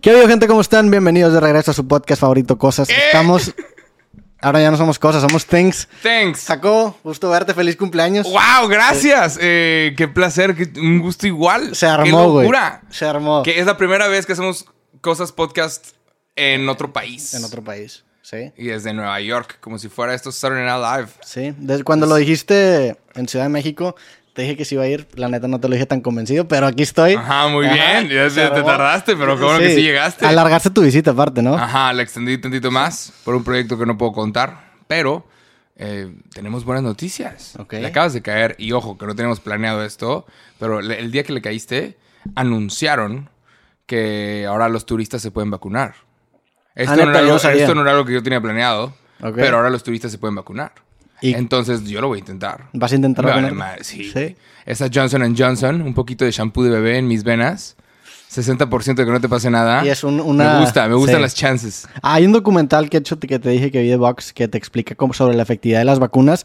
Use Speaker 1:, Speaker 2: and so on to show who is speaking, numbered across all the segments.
Speaker 1: ¿Qué ha habido, gente? ¿Cómo están? Bienvenidos de regreso a su podcast favorito,
Speaker 2: Eh.
Speaker 1: Cosas. Estamos. Ahora ya no somos cosas, somos things.
Speaker 2: Thanks.
Speaker 1: Sacó, gusto verte, feliz cumpleaños.
Speaker 2: Wow, gracias. Eh, qué placer, qué- un gusto igual.
Speaker 1: Se
Speaker 2: Qué
Speaker 1: armó, güey.
Speaker 2: locura.
Speaker 1: Se armó.
Speaker 2: Que es la primera vez que hacemos cosas podcast en otro país.
Speaker 1: En otro país. Sí.
Speaker 2: Y desde Nueva York, como si fuera esto Saturday Night Live.
Speaker 1: Sí. Desde cuando lo dijiste en Ciudad de México, te dije que sí iba a ir. La neta no te lo dije tan convencido, pero aquí estoy.
Speaker 2: Ajá, muy bien. Ya
Speaker 1: se
Speaker 2: te- te
Speaker 1: armó.
Speaker 2: tardaste, pero qué bueno que sí llegaste. Ah,
Speaker 1: Alargaste tu visita aparte, ¿no?
Speaker 2: Ajá, la extendí tantito más por un proyecto que no puedo contar, pero eh, tenemos buenas noticias.
Speaker 1: Ok.
Speaker 2: Le acabas de caer, y ojo, que no teníamos planeado esto, pero le- el día que le caíste, anunciaron que ahora los turistas se pueden vacunar. Esto,
Speaker 1: Ah, neta,
Speaker 2: no, era
Speaker 1: yo no
Speaker 2: algo,
Speaker 1: sabía.
Speaker 2: esto no era algo que yo tenía planeado,
Speaker 1: Ok.
Speaker 2: pero ahora los turistas se pueden vacunar.
Speaker 1: Y-
Speaker 2: Entonces yo lo voy a intentar.
Speaker 1: ¿Vas a intentar
Speaker 2: Me vale
Speaker 1: vacunarte?
Speaker 2: madre, sí.
Speaker 1: Sí.
Speaker 2: Esa Johnson Johnson, un poquito de shampoo de bebé en mis venas. 60% de que no te pase nada.
Speaker 1: Y es un- una-
Speaker 2: Me gusta, me gustan
Speaker 1: sí.
Speaker 2: las chances.
Speaker 1: Hay un documental que, he hecho, que te dije que vi de Vox que te explica cómo- sobre la efectividad de las vacunas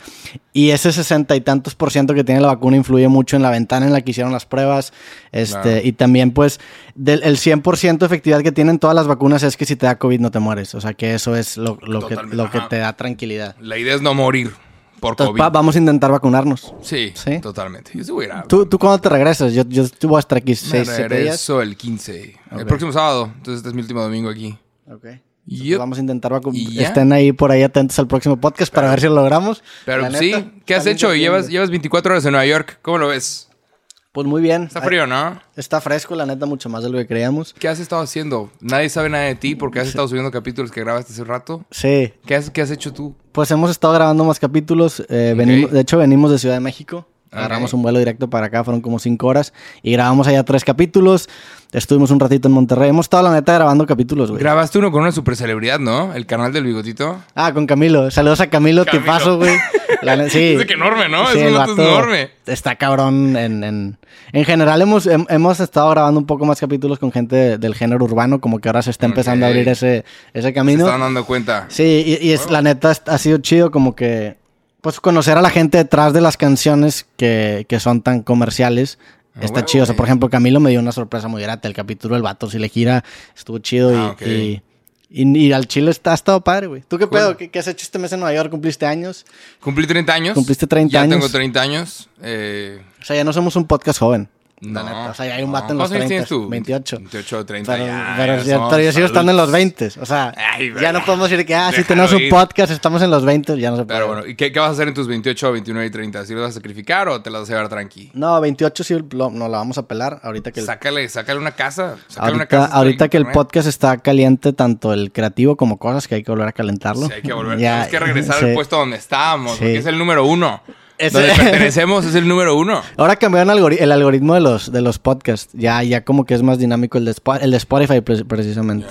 Speaker 1: y ese sesenta y tantos por ciento que tiene la vacuna influye mucho en la ventana en la que hicieron las pruebas este,
Speaker 2: Claro.
Speaker 1: y también pues del, el 100% de efectividad que tienen todas las vacunas es que si te da COVID no te mueres, o sea que eso es lo, lo que,
Speaker 2: Totalmente,
Speaker 1: lo que
Speaker 2: ajá.
Speaker 1: te da tranquilidad.
Speaker 2: La idea es no morir por
Speaker 1: Entonces
Speaker 2: COVID.
Speaker 1: va- vamos a intentar vacunarnos.
Speaker 2: sí,
Speaker 1: Sí.
Speaker 2: totalmente. Yo sí voy a ir a-
Speaker 1: ¿Tú, tú cuándo te regresas? Yo, yo voy a estar aquí
Speaker 2: Me
Speaker 1: 6, 7 días.
Speaker 2: regreso el 15. El próximo sábado. Entonces este es mi último domingo aquí.
Speaker 1: Ok.
Speaker 2: Yep.
Speaker 1: Entonces, Vamos a intentar
Speaker 2: Y
Speaker 1: vacunar.
Speaker 2: ya.
Speaker 1: Estén ahí por ahí atentos al próximo podcast para ver si lo logramos.
Speaker 2: Pero
Speaker 1: La
Speaker 2: pues,
Speaker 1: neta,
Speaker 2: sí, ¿qué has
Speaker 1: están
Speaker 2: hecho?
Speaker 1: invirtiendo.
Speaker 2: Llevas, llevas 24 horas en Nueva York. ¿Cómo lo ves?
Speaker 1: Pues muy bien.
Speaker 2: Está
Speaker 1: Ay,
Speaker 2: frío, ¿no?
Speaker 1: Está fresco, la neta, mucho más de lo que creíamos.
Speaker 2: ¿Qué has estado haciendo? Nadie sabe nada de ti porque has estado subiendo capítulos que grabaste hace rato.
Speaker 1: Sí,
Speaker 2: ¿Qué has, qué has hecho tú?
Speaker 1: pues hemos estado grabando más capítulos. eh, venimos- de hecho, venimos de Ciudad de México.
Speaker 2: Ok.
Speaker 1: Agarramos un vuelo directo para acá, fueron como cinco horas. Y grabamos allá tres capítulos. Estuvimos un ratito en Monterrey. Hemos estado, la neta, grabando capítulos, güey.
Speaker 2: Grabaste uno con una super celebridad, ¿no? El canal del bigotito.
Speaker 1: ah, con Camilo. Saludos a Camilo,
Speaker 2: Camilo.
Speaker 1: tipazo, güey. La ne- sí.
Speaker 2: Dice que enorme, ¿no? Es
Speaker 1: Sí,
Speaker 2: un
Speaker 1: el
Speaker 2: vato
Speaker 1: vato
Speaker 2: enorme.
Speaker 1: Está cabrón. En, en, en general, hemos, hem- hemos estado grabando un poco más capítulos con gente de- del género urbano, como que ahora se está empezando
Speaker 2: Ok.
Speaker 1: a abrir ese, ese
Speaker 2: Se
Speaker 1: camino.
Speaker 2: están dando cuenta.
Speaker 1: Sí, y, y es, la neta es- ha sido chido como que pues conocer a la gente detrás de las canciones que, que son tan comerciales.
Speaker 2: Ah,
Speaker 1: Está
Speaker 2: huevo,
Speaker 1: chido. O sea,
Speaker 2: güey.
Speaker 1: por ejemplo, Camilo me dio una sorpresa muy grata. El capítulo del vato, si le gira, estuvo chido. y-
Speaker 2: Ah, ok.
Speaker 1: y, y, y al chile está, ha estado padre, güey. ¿Tú qué
Speaker 2: Cool.
Speaker 1: pedo? ¿Qué, qué has hecho este mes en Nueva York? ¿Cumpliste años?
Speaker 2: Cumplí 30 años.
Speaker 1: Cumpliste 30
Speaker 2: ya
Speaker 1: años.
Speaker 2: tengo 30 años. Eh,
Speaker 1: O sea, ya no somos un podcast joven. La
Speaker 2: no,
Speaker 1: neta. O sea, ya hay un vato en
Speaker 2: no.
Speaker 1: los
Speaker 2: ¿Cuántos
Speaker 1: 30.
Speaker 2: años tienes tú?
Speaker 1: 28.
Speaker 2: 28, 30.
Speaker 1: Pero,
Speaker 2: ya,
Speaker 1: pero
Speaker 2: ya
Speaker 1: ya-
Speaker 2: somos
Speaker 1: pero yo sigo estando en los
Speaker 2: adultos.
Speaker 1: 20. O sea,
Speaker 2: Ay,
Speaker 1: ya
Speaker 2: verdad.
Speaker 1: no podemos decir que, ah, sí
Speaker 2: Déjalo
Speaker 1: tenemos un
Speaker 2: ir.
Speaker 1: podcast, estamos en los 20, ya no se puede.
Speaker 2: Pero bueno, ¿y qué, qué vas a hacer en tus 28, 29 y 30? ¿Si los vas a sacrificar o te las vas a llevar tranqui?
Speaker 1: No, 28 sí lo- no la vamos a pelar. Ahorita que el,
Speaker 2: Sácale, sácale una casa. Sácale
Speaker 1: ahorita,
Speaker 2: una casa. está ¿eh?
Speaker 1: ahorita
Speaker 2: ahí en
Speaker 1: que el
Speaker 2: internet.
Speaker 1: podcast está caliente, tanto el creativo como cosas que hay que volver a calentarlo.
Speaker 2: Sí, hay que volver.
Speaker 1: Ya,
Speaker 2: Tenemos que regresar
Speaker 1: sí.
Speaker 2: al puesto donde estábamos,
Speaker 1: Sí.
Speaker 2: porque es el número uno.
Speaker 1: Ese-
Speaker 2: Donde pertenecemos es el número uno.
Speaker 1: Ahora cambiaron algori- el algoritmo de los, de los podcasts. Ya, ya como que es más dinámico el de, Spo- el de Spotify pre- precisamente.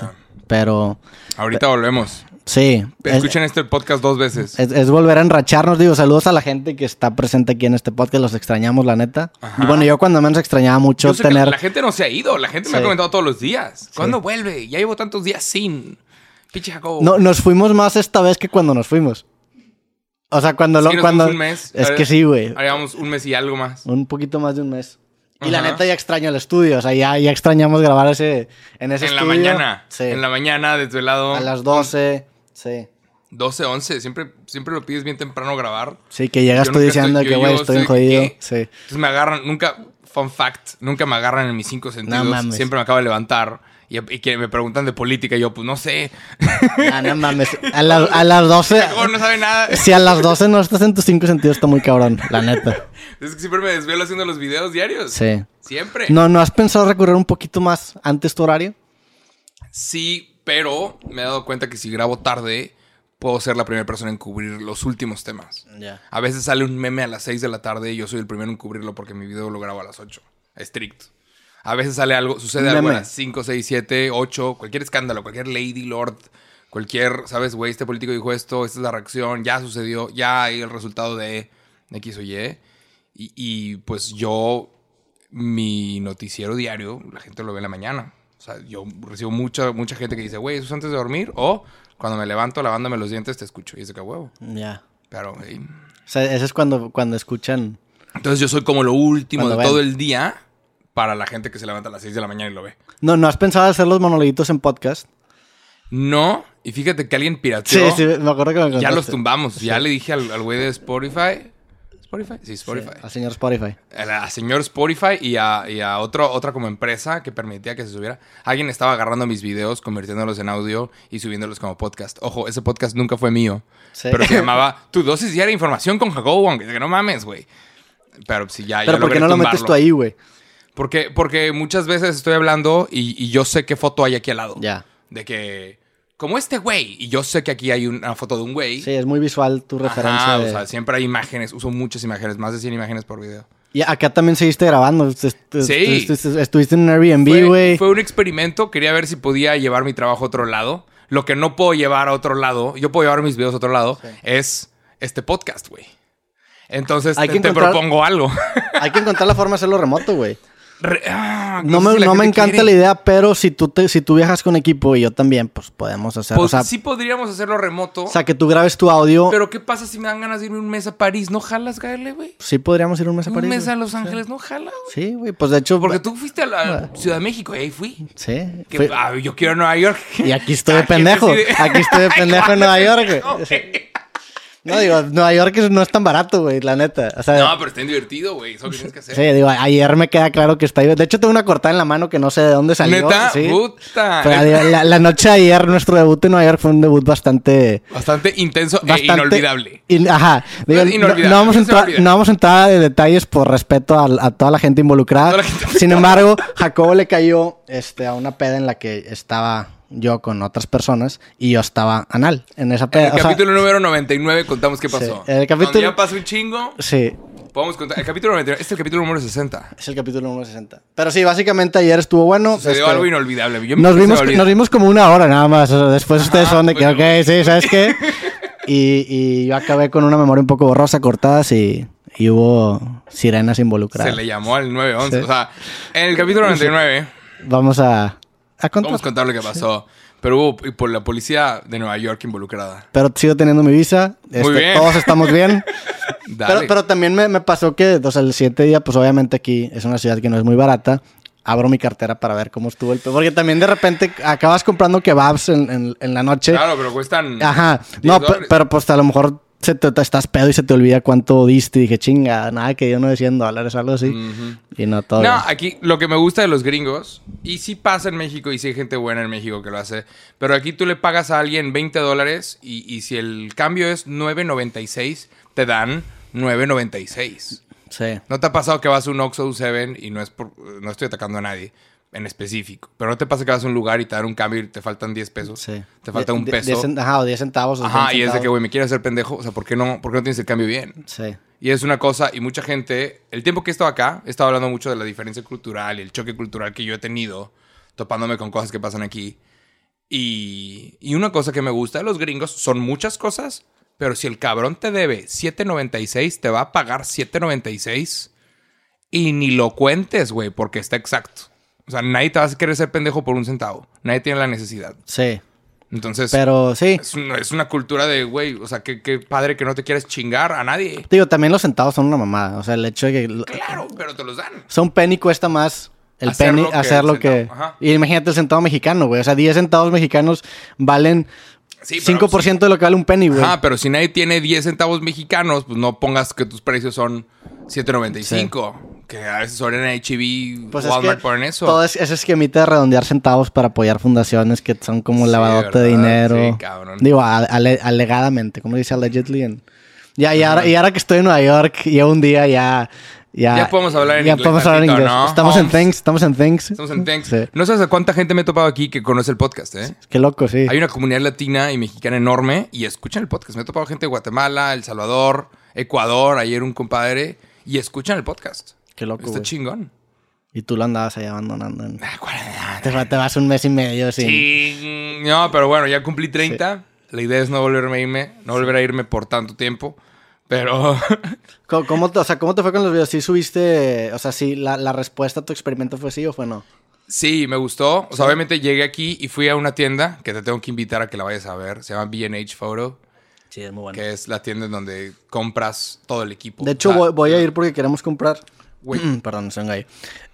Speaker 1: Pero
Speaker 2: Ahorita volvemos.
Speaker 1: sí, es,
Speaker 2: Escuchen este podcast dos veces.
Speaker 1: es- es volver a enracharnos. Digo, saludos a la gente que está presente aquí en este podcast. Los extrañamos, la neta.
Speaker 2: Ajá.
Speaker 1: Y bueno, yo cuando menos extrañaba mucho
Speaker 2: Yo sé que
Speaker 1: tener...
Speaker 2: la gente no se ha ido. La gente me ha
Speaker 1: Sí.
Speaker 2: comentado todos los días. ¿Cuándo vuelve? Ya llevo tantos días sin. Pinche Jacobo.
Speaker 1: No, nos fuimos más esta vez que cuando nos fuimos. O sea, cuando
Speaker 2: Es
Speaker 1: lo,
Speaker 2: que nos
Speaker 1: cuando
Speaker 2: fuimos un mes.
Speaker 1: es
Speaker 2: Ahora-
Speaker 1: que sí, güey,
Speaker 2: Ahora llevamos un mes y algo más.
Speaker 1: eh, un poquito más de un mes. Y la
Speaker 2: Ajá.
Speaker 1: neta ya extraño el estudio, o sea, ya, ya extrañamos grabar ese en ese
Speaker 2: En la
Speaker 1: estudio.
Speaker 2: mañana.
Speaker 1: Sí.
Speaker 2: En la mañana, desvelado.
Speaker 1: a las 12. Sí.
Speaker 2: 12, 11. Siempre, siempre lo pides bien temprano grabar.
Speaker 1: Sí, que llegas
Speaker 2: Yo
Speaker 1: tú
Speaker 2: nunca
Speaker 1: diciendo
Speaker 2: estoy-
Speaker 1: que
Speaker 2: yo-
Speaker 1: güey,
Speaker 2: yo
Speaker 1: estoy bien
Speaker 2: estoy-
Speaker 1: jodido.
Speaker 2: ¿qué?
Speaker 1: Sí.
Speaker 2: Entonces me agarran, nunca, fun fact, nunca me agarran en mis cinco sentidos.
Speaker 1: mames.
Speaker 2: Siempre me acabo de levantar y, y que me preguntan de política y yo, pues no sé.
Speaker 1: Ah, no mames. A, la- a las 12.
Speaker 2: Jacobo no sabe nada.
Speaker 1: si a las 12 no estás en tus cinco sentidos, está muy cabrón, la neta.
Speaker 2: Es que siempre me desvelo haciendo los videos diarios.
Speaker 1: Sí.
Speaker 2: Siempre.
Speaker 1: No, ¿no has pensado recurrir un poquito más antes tu horario?
Speaker 2: Sí, pero me he dado cuenta que si grabo tarde, puedo ser la primera persona en cubrir los últimos temas.
Speaker 1: Ya.
Speaker 2: A veces sale un meme a las 6 de la tarde y yo soy el primero en cubrirlo porque mi video lo grabo a las 8. Estricto. A veces sale algo, sucede algo a
Speaker 1: Meme.
Speaker 2: las 5, 6, 7, 8, cualquier escándalo, cualquier lady lord, cualquier, ¿sabes, güey? Este político dijo esto, esta es la reacción, ya sucedió, ya hay el resultado de X o Y. Y, y, pues yo, mi noticiero diario, la gente lo ve en la mañana. O sea, yo recibo mucha, mucha gente que dice, güey, ¿eso es antes de dormir? O cuando me levanto lavándome los dientes te escucho. Y es de que huevo.
Speaker 1: Ya.
Speaker 2: Claro, güey.
Speaker 1: O sea, eso es cuando, cuando escuchan.
Speaker 2: Entonces yo soy como lo último
Speaker 1: Cuando
Speaker 2: de
Speaker 1: ven.
Speaker 2: todo el día, para la gente que se levanta a las 6 de la mañana y lo ve.
Speaker 1: No, ¿no has pensado hacer los monolitos en podcast?
Speaker 2: No, y fíjate que alguien
Speaker 1: Sí,
Speaker 2: pirateó.
Speaker 1: sí, me acuerdo que me
Speaker 2: ya
Speaker 1: contaste.
Speaker 2: los tumbamos. Ya le dije al al güey de Spotify. ¿Spotify? Sí,
Speaker 1: Sí,
Speaker 2: Spotify.
Speaker 1: al señor Spotify.
Speaker 2: a la- a señor Spotify y a, y a otro, otra como empresa que permitía que se subiera. Alguien estaba agarrando mis videos, convirtiéndolos en audio y subiéndolos como podcast. Ojo, ese podcast nunca fue mío.
Speaker 1: Sí.
Speaker 2: Pero se llamaba Tu dosis diaria de información con Jacobo Wong. Que no mames, güey. Pero si ya,
Speaker 1: Pero
Speaker 2: ya
Speaker 1: ¿por qué
Speaker 2: logré
Speaker 1: no lo metes
Speaker 2: tumbarlo.
Speaker 1: tú ahí, güey?
Speaker 2: Porque, porque muchas veces estoy hablando y, y yo sé qué foto hay aquí al lado.
Speaker 1: Ya.
Speaker 2: De que... Como este güey. Y yo sé que aquí hay una foto de un güey.
Speaker 1: Sí, es muy visual tu referencia.
Speaker 2: Ajá,
Speaker 1: de-
Speaker 2: o sea, siempre hay imágenes. Uso muchas imágenes. Más de 100 imágenes por video.
Speaker 1: Y acá también seguiste grabando. Est- est- est-
Speaker 2: Sí.
Speaker 1: est- est- Estuviste en un Airbnb,
Speaker 2: Fue-
Speaker 1: güey.
Speaker 2: Fue un experimento, quería ver si podía llevar mi trabajo a otro lado. Lo que no puedo llevar a otro lado, yo puedo llevar mis videos a otro lado, es este podcast, güey. Entonces
Speaker 1: Hay
Speaker 2: te,
Speaker 1: que
Speaker 2: te
Speaker 1: encontrar-
Speaker 2: propongo algo.
Speaker 1: Hay que encontrar la forma de hacerlo remoto, güey.
Speaker 2: Re- ah,
Speaker 1: No
Speaker 2: sé
Speaker 1: me,
Speaker 2: si la
Speaker 1: no me
Speaker 2: gente
Speaker 1: encanta
Speaker 2: quiere.
Speaker 1: la idea, pero si tú, te, si tú viajas con equipo y yo también, pues podemos hacer.
Speaker 2: Pues
Speaker 1: o, sea,
Speaker 2: sí podríamos hacerlo remoto,
Speaker 1: o sea, que tú grabes tu audio.
Speaker 2: pero ¿qué pasa si me dan ganas de irme un mes a París? ¿No jalas, Gaele, güey?
Speaker 1: Sí podríamos ir un mes a
Speaker 2: Un
Speaker 1: París.
Speaker 2: mes
Speaker 1: güey.
Speaker 2: a Los Ángeles, ¿no jalas? güey?
Speaker 1: Sí, güey. Pues de hecho.
Speaker 2: Porque tú fuiste a la Ciudad de México y ahí fui.
Speaker 1: Sí.
Speaker 2: Que,
Speaker 1: fue-
Speaker 2: ah, yo quiero a Nueva York.
Speaker 1: Y aquí estoy de
Speaker 2: Aquí
Speaker 1: pendejo.
Speaker 2: decide-
Speaker 1: Aquí estoy de
Speaker 2: Ay,
Speaker 1: pendejo en Nueva York,
Speaker 2: No,
Speaker 1: güey. No, digo, Nueva York es- no es tan barato, güey, la neta. O sea,
Speaker 2: No, pues, pero está divertido, güey. Eso que tienes que hacer.
Speaker 1: sí, digo, ayer me queda claro que está. De hecho, tengo una cortada en la mano que no sé de dónde salió.
Speaker 2: Neta,
Speaker 1: sí.
Speaker 2: puta.
Speaker 1: Pero, digo, la, la noche de ayer, nuestro debut en Nueva York fue un debut bastante.
Speaker 2: Bastante intenso
Speaker 1: bastante Eh,
Speaker 2: e inolvidable.
Speaker 1: in- ajá. Digo,
Speaker 2: Es
Speaker 1: no-
Speaker 2: inolvidable,
Speaker 1: No, vamos a
Speaker 2: no se
Speaker 1: entrar,
Speaker 2: olvida.
Speaker 1: no vamos a entrar de detalles por respeto al- a, toda la gente involucrada.
Speaker 2: Toda la gente
Speaker 1: Sin embargo, Jacobo le cayó este, a una peda en la que estaba yo con otras personas y yo estaba anal en esa
Speaker 2: En
Speaker 1: peda.
Speaker 2: el
Speaker 1: o sea,
Speaker 2: capítulo número 99 contamos qué pasó.
Speaker 1: el capítulo-
Speaker 2: Cuando ya pasó un chingo,
Speaker 1: sí,
Speaker 2: podemos contar. El capítulo 99, este es el capítulo número 60.
Speaker 1: es el capítulo número 60. Pero sí, básicamente ayer estuvo bueno.
Speaker 2: Sucedió
Speaker 1: este,
Speaker 2: algo inolvidable. Yo me
Speaker 1: nos
Speaker 2: se me
Speaker 1: vimos,
Speaker 2: olvida.
Speaker 1: nos vimos como una hora nada más. o sea, después ustedes
Speaker 2: Ajá,
Speaker 1: son de que,
Speaker 2: bueno.
Speaker 1: ok, sí, ¿sabes qué? Y, y yo acabé con una memoria un poco borrosa, cortadas y, y hubo sirenas involucradas.
Speaker 2: Se le llamó al 911.
Speaker 1: Sí.
Speaker 2: O sea, en el capítulo 99
Speaker 1: Vamos a, a contar.
Speaker 2: vamos a contar lo que pasó. Pero hubo y por la policía de Nueva York involucrada.
Speaker 1: Pero sigo teniendo mi visa. este,
Speaker 2: bien.
Speaker 1: Todos estamos bien.
Speaker 2: Dale.
Speaker 1: pero, pero también me, me pasó que, o sea, el siguiente día, pues obviamente aquí es una ciudad que no es muy barata. Abro mi cartera para ver cómo estuvo el... pe- Porque también de repente acabas comprando kebabs en, en- en la noche.
Speaker 2: Claro, pero cuestan.
Speaker 1: Ajá.
Speaker 2: 10
Speaker 1: No, pe-
Speaker 2: dólares.
Speaker 1: pero pues a lo mejor se te, te estás pedo y se te olvida cuánto diste. Y dije, chinga, nada, que yo no de 100 dólares, algo así. Y no todo.
Speaker 2: No,
Speaker 1: bien.
Speaker 2: aquí lo que me gusta de los gringos, y sí pasa en México, y sí hay gente buena en México que lo hace, pero aquí tú le pagas a alguien 20 dólares y, y si el cambio es 9.96, te dan 9.96.
Speaker 1: Sí.
Speaker 2: ¿No te ha pasado que vas a un Oxxo, un 7 y no, es por- no estoy atacando a nadie en específico, pero no te pasa que vas a un lugar y te dan un cambio y te faltan 10 pesos?
Speaker 1: Sí.
Speaker 2: Te falta
Speaker 1: Die-
Speaker 2: un
Speaker 1: die-
Speaker 2: peso.
Speaker 1: diez cen- ajá, o 10 centavos. o
Speaker 2: Ajá,
Speaker 1: 20
Speaker 2: y es de que,
Speaker 1: centavos.
Speaker 2: güey, me quiero hacer pendejo. O sea, ¿por qué no, por qué no tienes el cambio bien?
Speaker 1: Sí.
Speaker 2: Y es una cosa, y mucha gente, el tiempo que he estado acá, he estado hablando mucho de la diferencia cultural y el choque cultural que yo he tenido, topándome con cosas que pasan aquí. Y, y una cosa que me gusta de los gringos son muchas cosas, pero si el cabrón te debe 7.96, te va a pagar 7.96 y ni lo cuentes, güey, porque está exacto. O sea, nadie te va a querer ser pendejo por un centavo. Nadie tiene la necesidad.
Speaker 1: Sí.
Speaker 2: Entonces,
Speaker 1: Pero sí.
Speaker 2: es, una, es una cultura de, güey, o sea, qué, qué padre que no te quieres chingar a nadie.
Speaker 1: Digo, también los centavos son una mamada. O sea, el hecho de que. lo-
Speaker 2: Claro, pero te los dan.
Speaker 1: O sea, un penny cuesta más el
Speaker 2: Hacerlo
Speaker 1: penny
Speaker 2: que
Speaker 1: hacerlo
Speaker 2: el
Speaker 1: que.
Speaker 2: centavo, ajá.
Speaker 1: Y imagínate el centavo mexicano, güey. O sea, 10 centavos mexicanos valen
Speaker 2: Sí, pero,
Speaker 1: 5% de lo que vale un penny, güey.
Speaker 2: Ajá, pero si nadie tiene 10 centavos mexicanos, pues no pongas que tus precios son 7.95. Que a veces ahora en HB,
Speaker 1: Pues es
Speaker 2: Walmart
Speaker 1: que
Speaker 2: ponen eso.
Speaker 1: Todo es- ese esquemita de redondear centavos para apoyar fundaciones que son como
Speaker 2: Sí,
Speaker 1: lavadote de
Speaker 2: ¿verdad?
Speaker 1: dinero.
Speaker 2: Sí, cabrón.
Speaker 1: Digo, a- ale- alegadamente, como dice allegedly. en- Ya, y, ahora, y ahora que estoy en Nueva York, ya un día ya. Ya,
Speaker 2: Ya podemos hablar en
Speaker 1: ya
Speaker 2: inglés
Speaker 1: podemos hablar en
Speaker 2: tantito,
Speaker 1: inglés.
Speaker 2: ¿no?
Speaker 1: Estamos en
Speaker 2: Holmes.
Speaker 1: Thanks, estamos en Thanks.
Speaker 2: Estamos en Thanks.
Speaker 1: Sí.
Speaker 2: No sabes a cuánta gente me he topado aquí que conoce el podcast, ¿eh?
Speaker 1: Qué loco, sí.
Speaker 2: Hay una comunidad latina y mexicana enorme y escuchan el podcast. Me he topado gente de Guatemala, El Salvador, Ecuador, ayer un compadre, y escuchan el podcast.
Speaker 1: Qué loco,
Speaker 2: Está
Speaker 1: güey.
Speaker 2: chingón.
Speaker 1: Y tú lo andabas ahí abandonando. en-
Speaker 2: Ah, ¿cuál era?
Speaker 1: Te, va- te vas un mes y medio sin...
Speaker 2: Sí, no, pero bueno, ya cumplí 30. La idea es no volverme a irme, no volver a irme por tanto tiempo. Pero
Speaker 1: ¿Cómo, cómo te, o sea, ¿Cómo te fue con los videos? ¿Sí subiste...? O sea, ¿sí la, la respuesta a tu experimento fue sí o fue no?
Speaker 2: sí, me gustó. O sea, obviamente llegué aquí y fui a una tienda que te tengo que invitar a que la vayas a ver. Se llama BH Photo,
Speaker 1: Sí, es muy bueno.
Speaker 2: que es la tienda en donde compras todo el equipo.
Speaker 1: De hecho,
Speaker 2: O sea,
Speaker 1: voy, voy a ir porque queremos comprar...
Speaker 2: güey,
Speaker 1: Perdón, soy un gallo.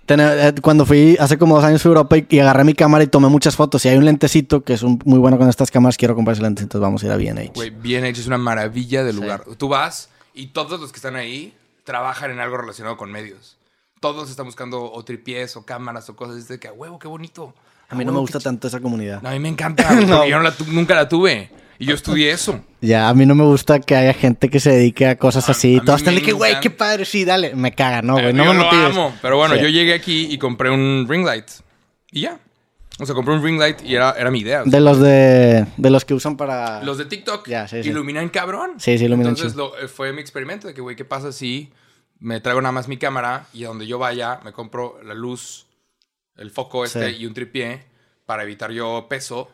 Speaker 1: Tener- eh, cuando fui hace como dos años fui a Europa y, y agarré mi cámara y tomé muchas fotos. Y hay un lentecito que es un- muy bueno con estas cámaras. Quiero comprar ese lente, entonces vamos a ir a B&H.
Speaker 2: Güey, bien hecho, es una maravilla de lugar. Tú vas y todos los que están ahí trabajan en algo relacionado con medios. Todos están buscando o tripiés o cámaras o cosas. Dices de que, "A huevo, qué bonito.
Speaker 1: A mí no me gusta tanto esa comunidad.
Speaker 2: No, a mí me encanta. güey,
Speaker 1: No.
Speaker 2: porque Yo no la tu- nunca la tuve. Y yo estudié eso.
Speaker 1: Ya, a mí no me gusta que haya gente que se dedique a cosas así.
Speaker 2: a mí
Speaker 1: Todos están
Speaker 2: me
Speaker 1: de que, güey,
Speaker 2: encanta.
Speaker 1: qué padre, sí, dale. Me caga, no,
Speaker 2: Eh,
Speaker 1: güey, no
Speaker 2: yo
Speaker 1: me
Speaker 2: lo
Speaker 1: motives.
Speaker 2: amo. Pero bueno,
Speaker 1: Sí.
Speaker 2: yo llegué aquí y compré un ring light. Y ya. O sea, compré un ring light y era, era mi idea. o sea,
Speaker 1: De los de, de los que usan para...
Speaker 2: Los de TikTok
Speaker 1: Ya, sí, sí.
Speaker 2: iluminan cabrón.
Speaker 1: Sí, sí, iluminan
Speaker 2: Entonces lo- eh, fue mi experimento de que, güey, ¿qué pasa si me traigo nada más mi cámara y a donde yo vaya me compro la luz, el foco este
Speaker 1: Sí.
Speaker 2: y un tripié para evitar yo peso?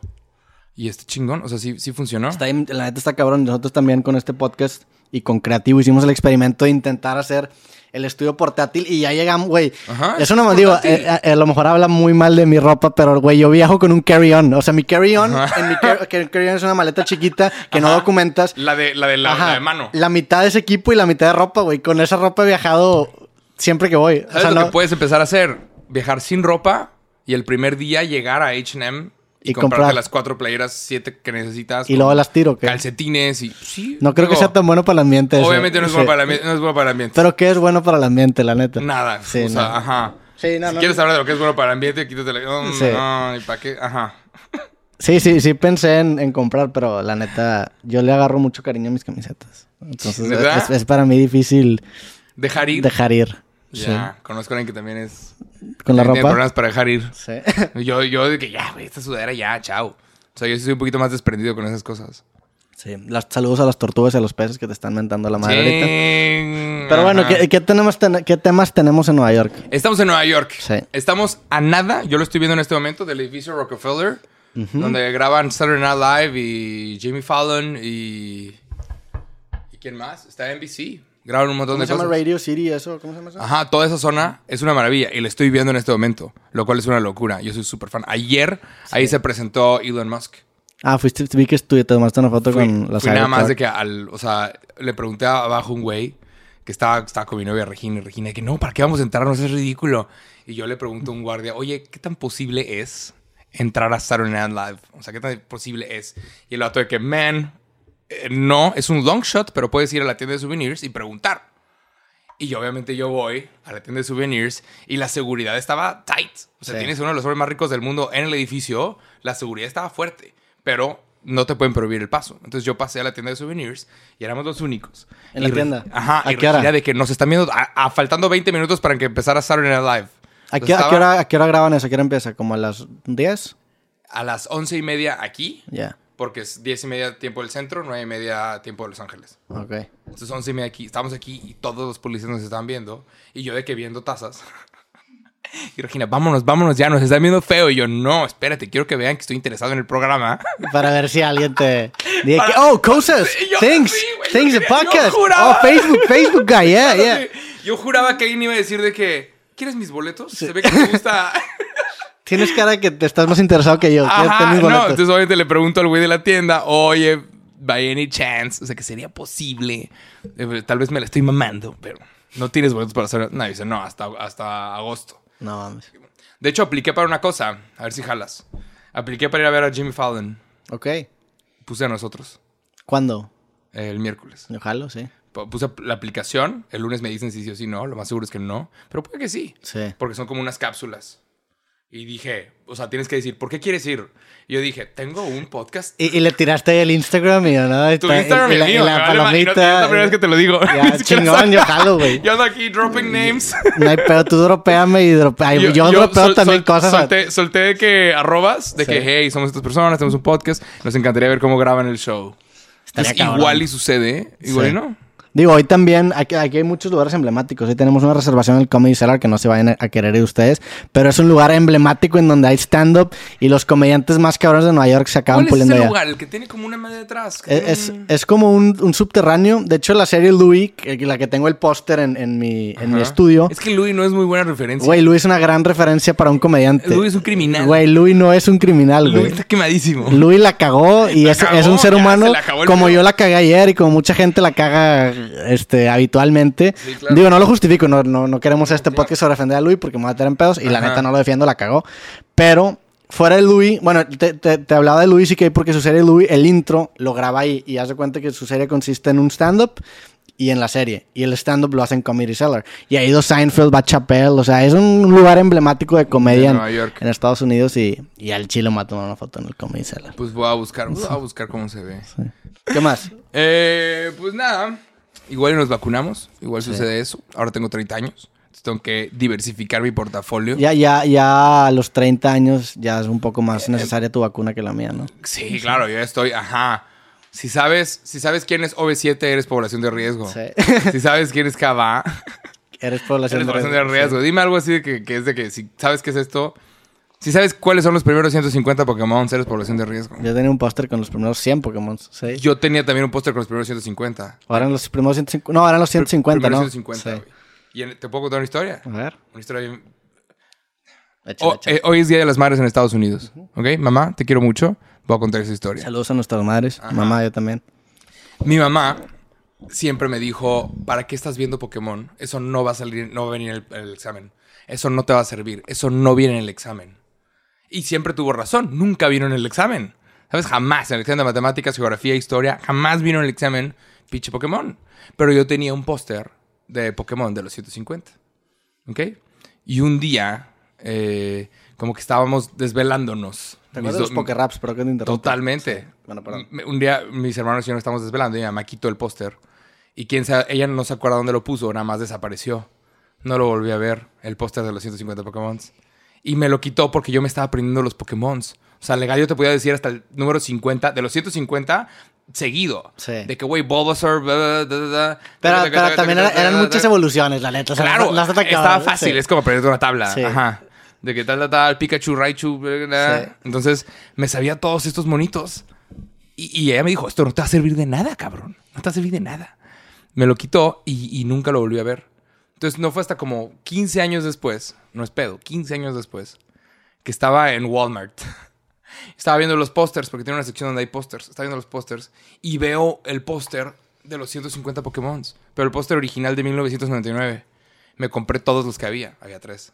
Speaker 2: Y este chingón, o sea, sí, sí funcionó.
Speaker 1: Está bien, la neta está cabrón. Nosotros también con este podcast y con Creativo hicimos el experimento de intentar hacer el estudio portátil y ya llegamos, güey.
Speaker 2: Ajá,
Speaker 1: Es
Speaker 2: es
Speaker 1: una digo,
Speaker 2: portátil.
Speaker 1: eh, eh, a lo mejor habla muy mal de mi ropa, pero güey, yo viajo con un carry-on. O sea, mi carry-on, en mi car- que el carry-on es una maleta chiquita que no
Speaker 2: Ajá.
Speaker 1: documentas.
Speaker 2: La de la de la,
Speaker 1: Ajá,
Speaker 2: la de mano.
Speaker 1: La mitad de ese equipo y la mitad de ropa, güey. Con esa ropa he viajado siempre que voy. O
Speaker 2: ¿Sabes
Speaker 1: sea,
Speaker 2: lo
Speaker 1: no-
Speaker 2: que puedes empezar a hacer? Viajar sin ropa y el primer día llegar a H&M y,
Speaker 1: Y
Speaker 2: comprarte
Speaker 1: comprar.
Speaker 2: las cuatro playeras, siete que necesitas.
Speaker 1: y
Speaker 2: con
Speaker 1: luego las tiro, ¿qué?
Speaker 2: Calcetines y... Sí,
Speaker 1: No creo que
Speaker 2: digo,
Speaker 1: sea tan bueno para el ambiente. eso.
Speaker 2: Obviamente no es,
Speaker 1: Sí.
Speaker 2: bueno para el ambiente, no es bueno para el ambiente.
Speaker 1: Pero ¿qué es bueno para el ambiente, la neta?
Speaker 2: Nada.
Speaker 1: Sí,
Speaker 2: o sea,
Speaker 1: no.
Speaker 2: ajá.
Speaker 1: Sí, no,
Speaker 2: si
Speaker 1: no,
Speaker 2: quieres
Speaker 1: no.
Speaker 2: hablar de lo que es bueno para el ambiente, quítate la. Mm,
Speaker 1: Sí.
Speaker 2: No, ¿y para qué? Ajá.
Speaker 1: Sí, sí, sí pensé en, en comprar, pero la neta, yo le agarro mucho cariño a mis camisetas. Entonces
Speaker 2: ¿Verdad?
Speaker 1: es, es para mí difícil
Speaker 2: Dejar ir.
Speaker 1: dejar ir.
Speaker 2: Ya, conozco a alguien que también es.
Speaker 1: Sí. Con la
Speaker 2: tiene
Speaker 1: ropa.
Speaker 2: problemas para dejar ir.
Speaker 1: Sí.
Speaker 2: Yo, yo de que ya, güey, esta sudadera ya, chao. O sea, yo sí soy un poquito más desprendido con esas cosas.
Speaker 1: sí. Las, saludos a las tortugas y a los peces que te están mentando la madre ahorita.
Speaker 2: Sí,
Speaker 1: Pero bueno,
Speaker 2: ajá.
Speaker 1: ¿qué, qué tenemos ten- qué temas tenemos en Nueva York?
Speaker 2: Estamos en Nueva York.
Speaker 1: Sí.
Speaker 2: Estamos a nada, yo lo estoy viendo en este momento, del edificio Rockefeller, donde graban Saturday Night Live y Jimmy Fallon y... ¿Y quién más? Está NBC. Graban un montón
Speaker 1: ¿Cómo
Speaker 2: de
Speaker 1: se llama
Speaker 2: cosas.
Speaker 1: Radio City eso? ¿Cómo se llama eso?
Speaker 2: Ajá, toda esa zona es una maravilla y la estoy viendo en este momento, lo cual es una locura. Yo soy súper fan. Ayer ahí se presentó Elon Musk.
Speaker 1: Ah, fuiste, vi que estuve, te tomaste una foto
Speaker 2: Fui,
Speaker 1: con la
Speaker 2: fui nada más de
Speaker 1: Cybertruck.
Speaker 2: que al, o sea, le pregunté abajo a un güey que estaba, estaba con mi novia Regina y Regina que no, ¿para qué vamos a entrarnos? Es ridículo. Y yo le pregunto a un guardia, oye, ¿qué tan posible es entrar a Saturday Night Live? O sea, ¿qué tan posible es? Y el vato de que, man, eh, no, es un long shot, pero puedes ir a la tienda de souvenirs y preguntar. Y yo, obviamente yo voy a la tienda de souvenirs y la seguridad estaba tight. O sea,
Speaker 1: Sí.
Speaker 2: tienes uno de los hombres más ricos del mundo en el edificio, la seguridad estaba fuerte, pero no te pueden prohibir el paso. Entonces yo pasé a la tienda de souvenirs y éramos los únicos.
Speaker 1: ¿En
Speaker 2: Y
Speaker 1: la
Speaker 2: Re-
Speaker 1: tienda?
Speaker 2: Ajá,
Speaker 1: ¿A
Speaker 2: y
Speaker 1: qué hora?
Speaker 2: Regina de que nos están viendo a, a faltando 20 minutos para que empezara Saturday Night Live.
Speaker 1: ¿A
Speaker 2: Entonces
Speaker 1: qué, a
Speaker 2: estaba
Speaker 1: qué hora, a qué hora graban eso? ¿A qué hora empieza? ¿Como a las 10?
Speaker 2: A las once y media aquí,
Speaker 1: Ya.
Speaker 2: porque es 10 y media tiempo del centro, 9 y media tiempo de Los Ángeles.
Speaker 1: Ok.
Speaker 2: Entonces, 11 y media aquí, estamos aquí y todos los policías nos están viendo. Y yo de que viendo tazas. Y Regina, vámonos, vámonos ya, nos están viendo feo. Y yo, no, espérate, quiero que vean que estoy interesado en el programa.
Speaker 1: Para ver si alguien te. Dije
Speaker 2: Para-
Speaker 1: que, oh, cosas,
Speaker 2: Sí, yo-
Speaker 1: things,
Speaker 2: sí, güey, yo
Speaker 1: things, the
Speaker 2: quería- yo
Speaker 1: podcast. Oh,
Speaker 2: juraba.
Speaker 1: Facebook, Facebook guy, yeah, yeah.
Speaker 2: Entonces, Yo juraba que alguien iba a decir de que, ¿quieres mis boletos? Se ve que te gusta.
Speaker 1: Tienes cara de que te estás más interesado que yo. Quiero
Speaker 2: Ajá,
Speaker 1: tener mis
Speaker 2: no.
Speaker 1: boletos.
Speaker 2: Entonces, obviamente le pregunto al güey de la tienda, oye, by any chance, o sea, que sería posible. Eh, Tal vez me la estoy mamando, pero no tienes boletos para hacer. No, dice, no, hasta, hasta agosto.
Speaker 1: No mames.
Speaker 2: De hecho, apliqué para una cosa. A ver si jalas. Apliqué para ir a ver a Jimmy Fallon.
Speaker 1: Ok.
Speaker 2: Puse a nosotros
Speaker 1: ¿Cuándo?
Speaker 2: eh, el miércoles.
Speaker 1: Yo jalo, sí.
Speaker 2: P- Puse la aplicación. El lunes me dicen si sí o si no. Lo más seguro es que no. Pero puede que sí.
Speaker 1: Sí.
Speaker 2: Porque son como unas cápsulas. Y dije, o sea, tienes que decir, ¿por qué quieres ir? Y yo dije, tengo un podcast.
Speaker 1: Y, y le tiraste el Instagram y yo, ¿no?
Speaker 2: Tu
Speaker 1: Está-
Speaker 2: Instagram
Speaker 1: y
Speaker 2: es
Speaker 1: la, y
Speaker 2: mío.
Speaker 1: la
Speaker 2: me vale ma- y no- y es la
Speaker 1: palomita.
Speaker 2: primera vez que te lo digo. Ni
Speaker 1: Ya,
Speaker 2: siquiera
Speaker 1: chingón,
Speaker 2: sabes.
Speaker 1: yo jalo, güey.
Speaker 2: Yo ando aquí dropping names.
Speaker 1: No hay pedo, tú dropeame y dropeame. Yo, yo dropeo
Speaker 2: sol-
Speaker 1: también
Speaker 2: sol-
Speaker 1: cosas. a-
Speaker 2: Solté, solté de que arrobas, de
Speaker 1: Sí.
Speaker 2: que hey, somos estas personas, tenemos un podcast, nos encantaría ver cómo graban el show.
Speaker 1: Estaría
Speaker 2: Entonces,
Speaker 1: cabrón.
Speaker 2: igual y sucede, ¿eh? igual
Speaker 1: Sí.
Speaker 2: y no.
Speaker 1: Digo, hoy también, aquí, aquí hay muchos lugares emblemáticos. Hoy tenemos una reservación en el Comedy Cellar que no se vayan a, a querer ir ustedes, pero es un lugar emblemático en donde hay stand-up y los comediantes más cabrones de Nueva York se acaban
Speaker 2: ¿Cuál es
Speaker 1: puliendo
Speaker 2: ese
Speaker 1: allá. E-,
Speaker 2: lugar? El que tiene como una madre detrás. que tiene
Speaker 1: Es, es-
Speaker 2: un-
Speaker 1: es como un, un subterráneo. De hecho, la serie Louis, que- que la que tengo el póster en, en mi, en mi
Speaker 2: Ajá.
Speaker 1: estudio.
Speaker 2: Es que Louis no es muy buena referencia.
Speaker 1: Güey, Louis es una gran referencia para un comediante.
Speaker 2: Louis es un criminal.
Speaker 1: Güey, Louis no es un criminal,
Speaker 2: Louis
Speaker 1: güey.
Speaker 2: está quemadísimo.
Speaker 1: Louis la cagó y
Speaker 2: La
Speaker 1: es,
Speaker 2: cagó,
Speaker 1: es un ser
Speaker 2: ya,
Speaker 1: humano
Speaker 2: se le acabó el
Speaker 1: como
Speaker 2: pedo.
Speaker 1: yo la cagué ayer y como mucha gente la caga este, habitualmente.
Speaker 2: Sí, claro.
Speaker 1: Digo, no lo justifico, no, no, no queremos este
Speaker 2: claro.
Speaker 1: podcast sobre ofender a Luis porque me va a meter en pedos y la
Speaker 2: Ajá.
Speaker 1: neta no lo defiendo, la cagó. Pero fuera de Luis, bueno, te, te- te hablaba de Luis y que porque su serie Luis, el intro lo graba ahí y hace cuenta que su serie consiste en un stand-up. Y en la serie. Y el stand-up lo hacen Comedy Cellar. Y ha ido Seinfeld, Bad Chappelle. O sea, es un lugar emblemático de comedia
Speaker 2: De
Speaker 1: en,
Speaker 2: Nueva York.
Speaker 1: en Estados Unidos. Y, y al chile me va a tomar una foto en el Comedy Cellar.
Speaker 2: Pues voy a buscar, voy a buscar cómo se ve.
Speaker 1: ¿Qué más?
Speaker 2: Eh, pues nada, igual y nos vacunamos, igual sucede eso. Ahora tengo 30 años, entonces tengo que diversificar mi portafolio.
Speaker 1: Ya, ya, ya a los 30 años ya es un poco más necesaria tu vacuna que la mía, ¿no?
Speaker 2: Sí, claro, yo estoy, ajá. Si sabes, si sabes quién es OV7, eres población de riesgo.
Speaker 1: Sí.
Speaker 2: Si sabes quién es Cava,
Speaker 1: Eres población
Speaker 2: eres
Speaker 1: de
Speaker 2: población de riesgo. Dime algo así de que, que es de que si sabes qué es esto, si sabes cuáles son los primeros 150 Pokémon, eres población de riesgo.
Speaker 1: Yo tenía un póster con los primeros 100 Pokémon. ¿sí?
Speaker 2: Yo tenía también un póster con los primeros 150.
Speaker 1: Ahora en los primeros 150. No, ahora en los 150, ¿no?
Speaker 2: Primeros 150,
Speaker 1: Sí.
Speaker 2: güey. ¿Y en- te puedo contar una historia?
Speaker 1: A ver.
Speaker 2: Una historia bien,
Speaker 1: échale,
Speaker 2: Oh,
Speaker 1: échale.
Speaker 2: eh, hoy es Día de las Madres en Estados Unidos. ¿Ok? Mamá, te quiero mucho. Voy a contar esa historia.
Speaker 1: Saludos a nuestras madres. Mamá, yo también.
Speaker 2: Mi mamá siempre me dijo, ¿para qué estás viendo Pokémon? Eso no va a salir, no va a venir en el, en el examen. Eso no te va a servir. Eso no viene en el examen. Y siempre tuvo razón. Nunca vino en el examen. ¿Sabes? Jamás. En el examen de matemáticas, geografía, historia, jamás vino en el examen pinche Pokémon. Pero yo tenía un póster de Pokémon de los 150. ¿Ok? Y un día, eh, como que estábamos desvelándonos.
Speaker 1: ¿Te acuerdas de
Speaker 2: Mis
Speaker 1: los
Speaker 2: do-
Speaker 1: Pokeraps? ¿Pero que te interrumpo?
Speaker 2: Totalmente.
Speaker 1: Bueno, perdón.
Speaker 2: M- Un día mis hermanos y yo nos estamos desvelando y mi mamá quitó el póster. Y quién sabe, ella no se acuerda dónde lo puso, nada más desapareció. No lo volví a ver, el póster de los 150 Pokémon. Y me lo quitó porque yo me estaba aprendiendo los Pokémon. O sea, legal, yo te podía decir hasta el número 50, de los 150 seguido.
Speaker 1: Sí.
Speaker 2: De que, güey, Bulbasaur, bla, bla, bla, bla, bla.
Speaker 1: Pero, pero también era- eran muchas evoluciones, la neta. o sea,
Speaker 2: Claro,
Speaker 1: las- ¿eh? las atacaban,
Speaker 2: estaba
Speaker 1: sí.
Speaker 2: fácil, es como aprender una tabla.
Speaker 1: Sí.
Speaker 2: Ajá. De que tal, tal, tal, Pikachu, Raichu, bla, bla, bla.
Speaker 1: Sí.
Speaker 2: Entonces, me sabía todos estos monitos. Y, y ella me dijo, esto no te va a servir de nada, cabrón. No te va a servir de nada. Me lo quitó y, y nunca lo volví a ver. Entonces, no fue hasta como 15 años después, no es pedo, 15 años después, que estaba en Walmart. Estaba viendo los pósters, porque tiene una sección donde hay pósters. Estaba viendo los pósters y veo el póster de los 150 Pokémon. Pero el póster original de 1999. Me compré todos los que había. Había tres.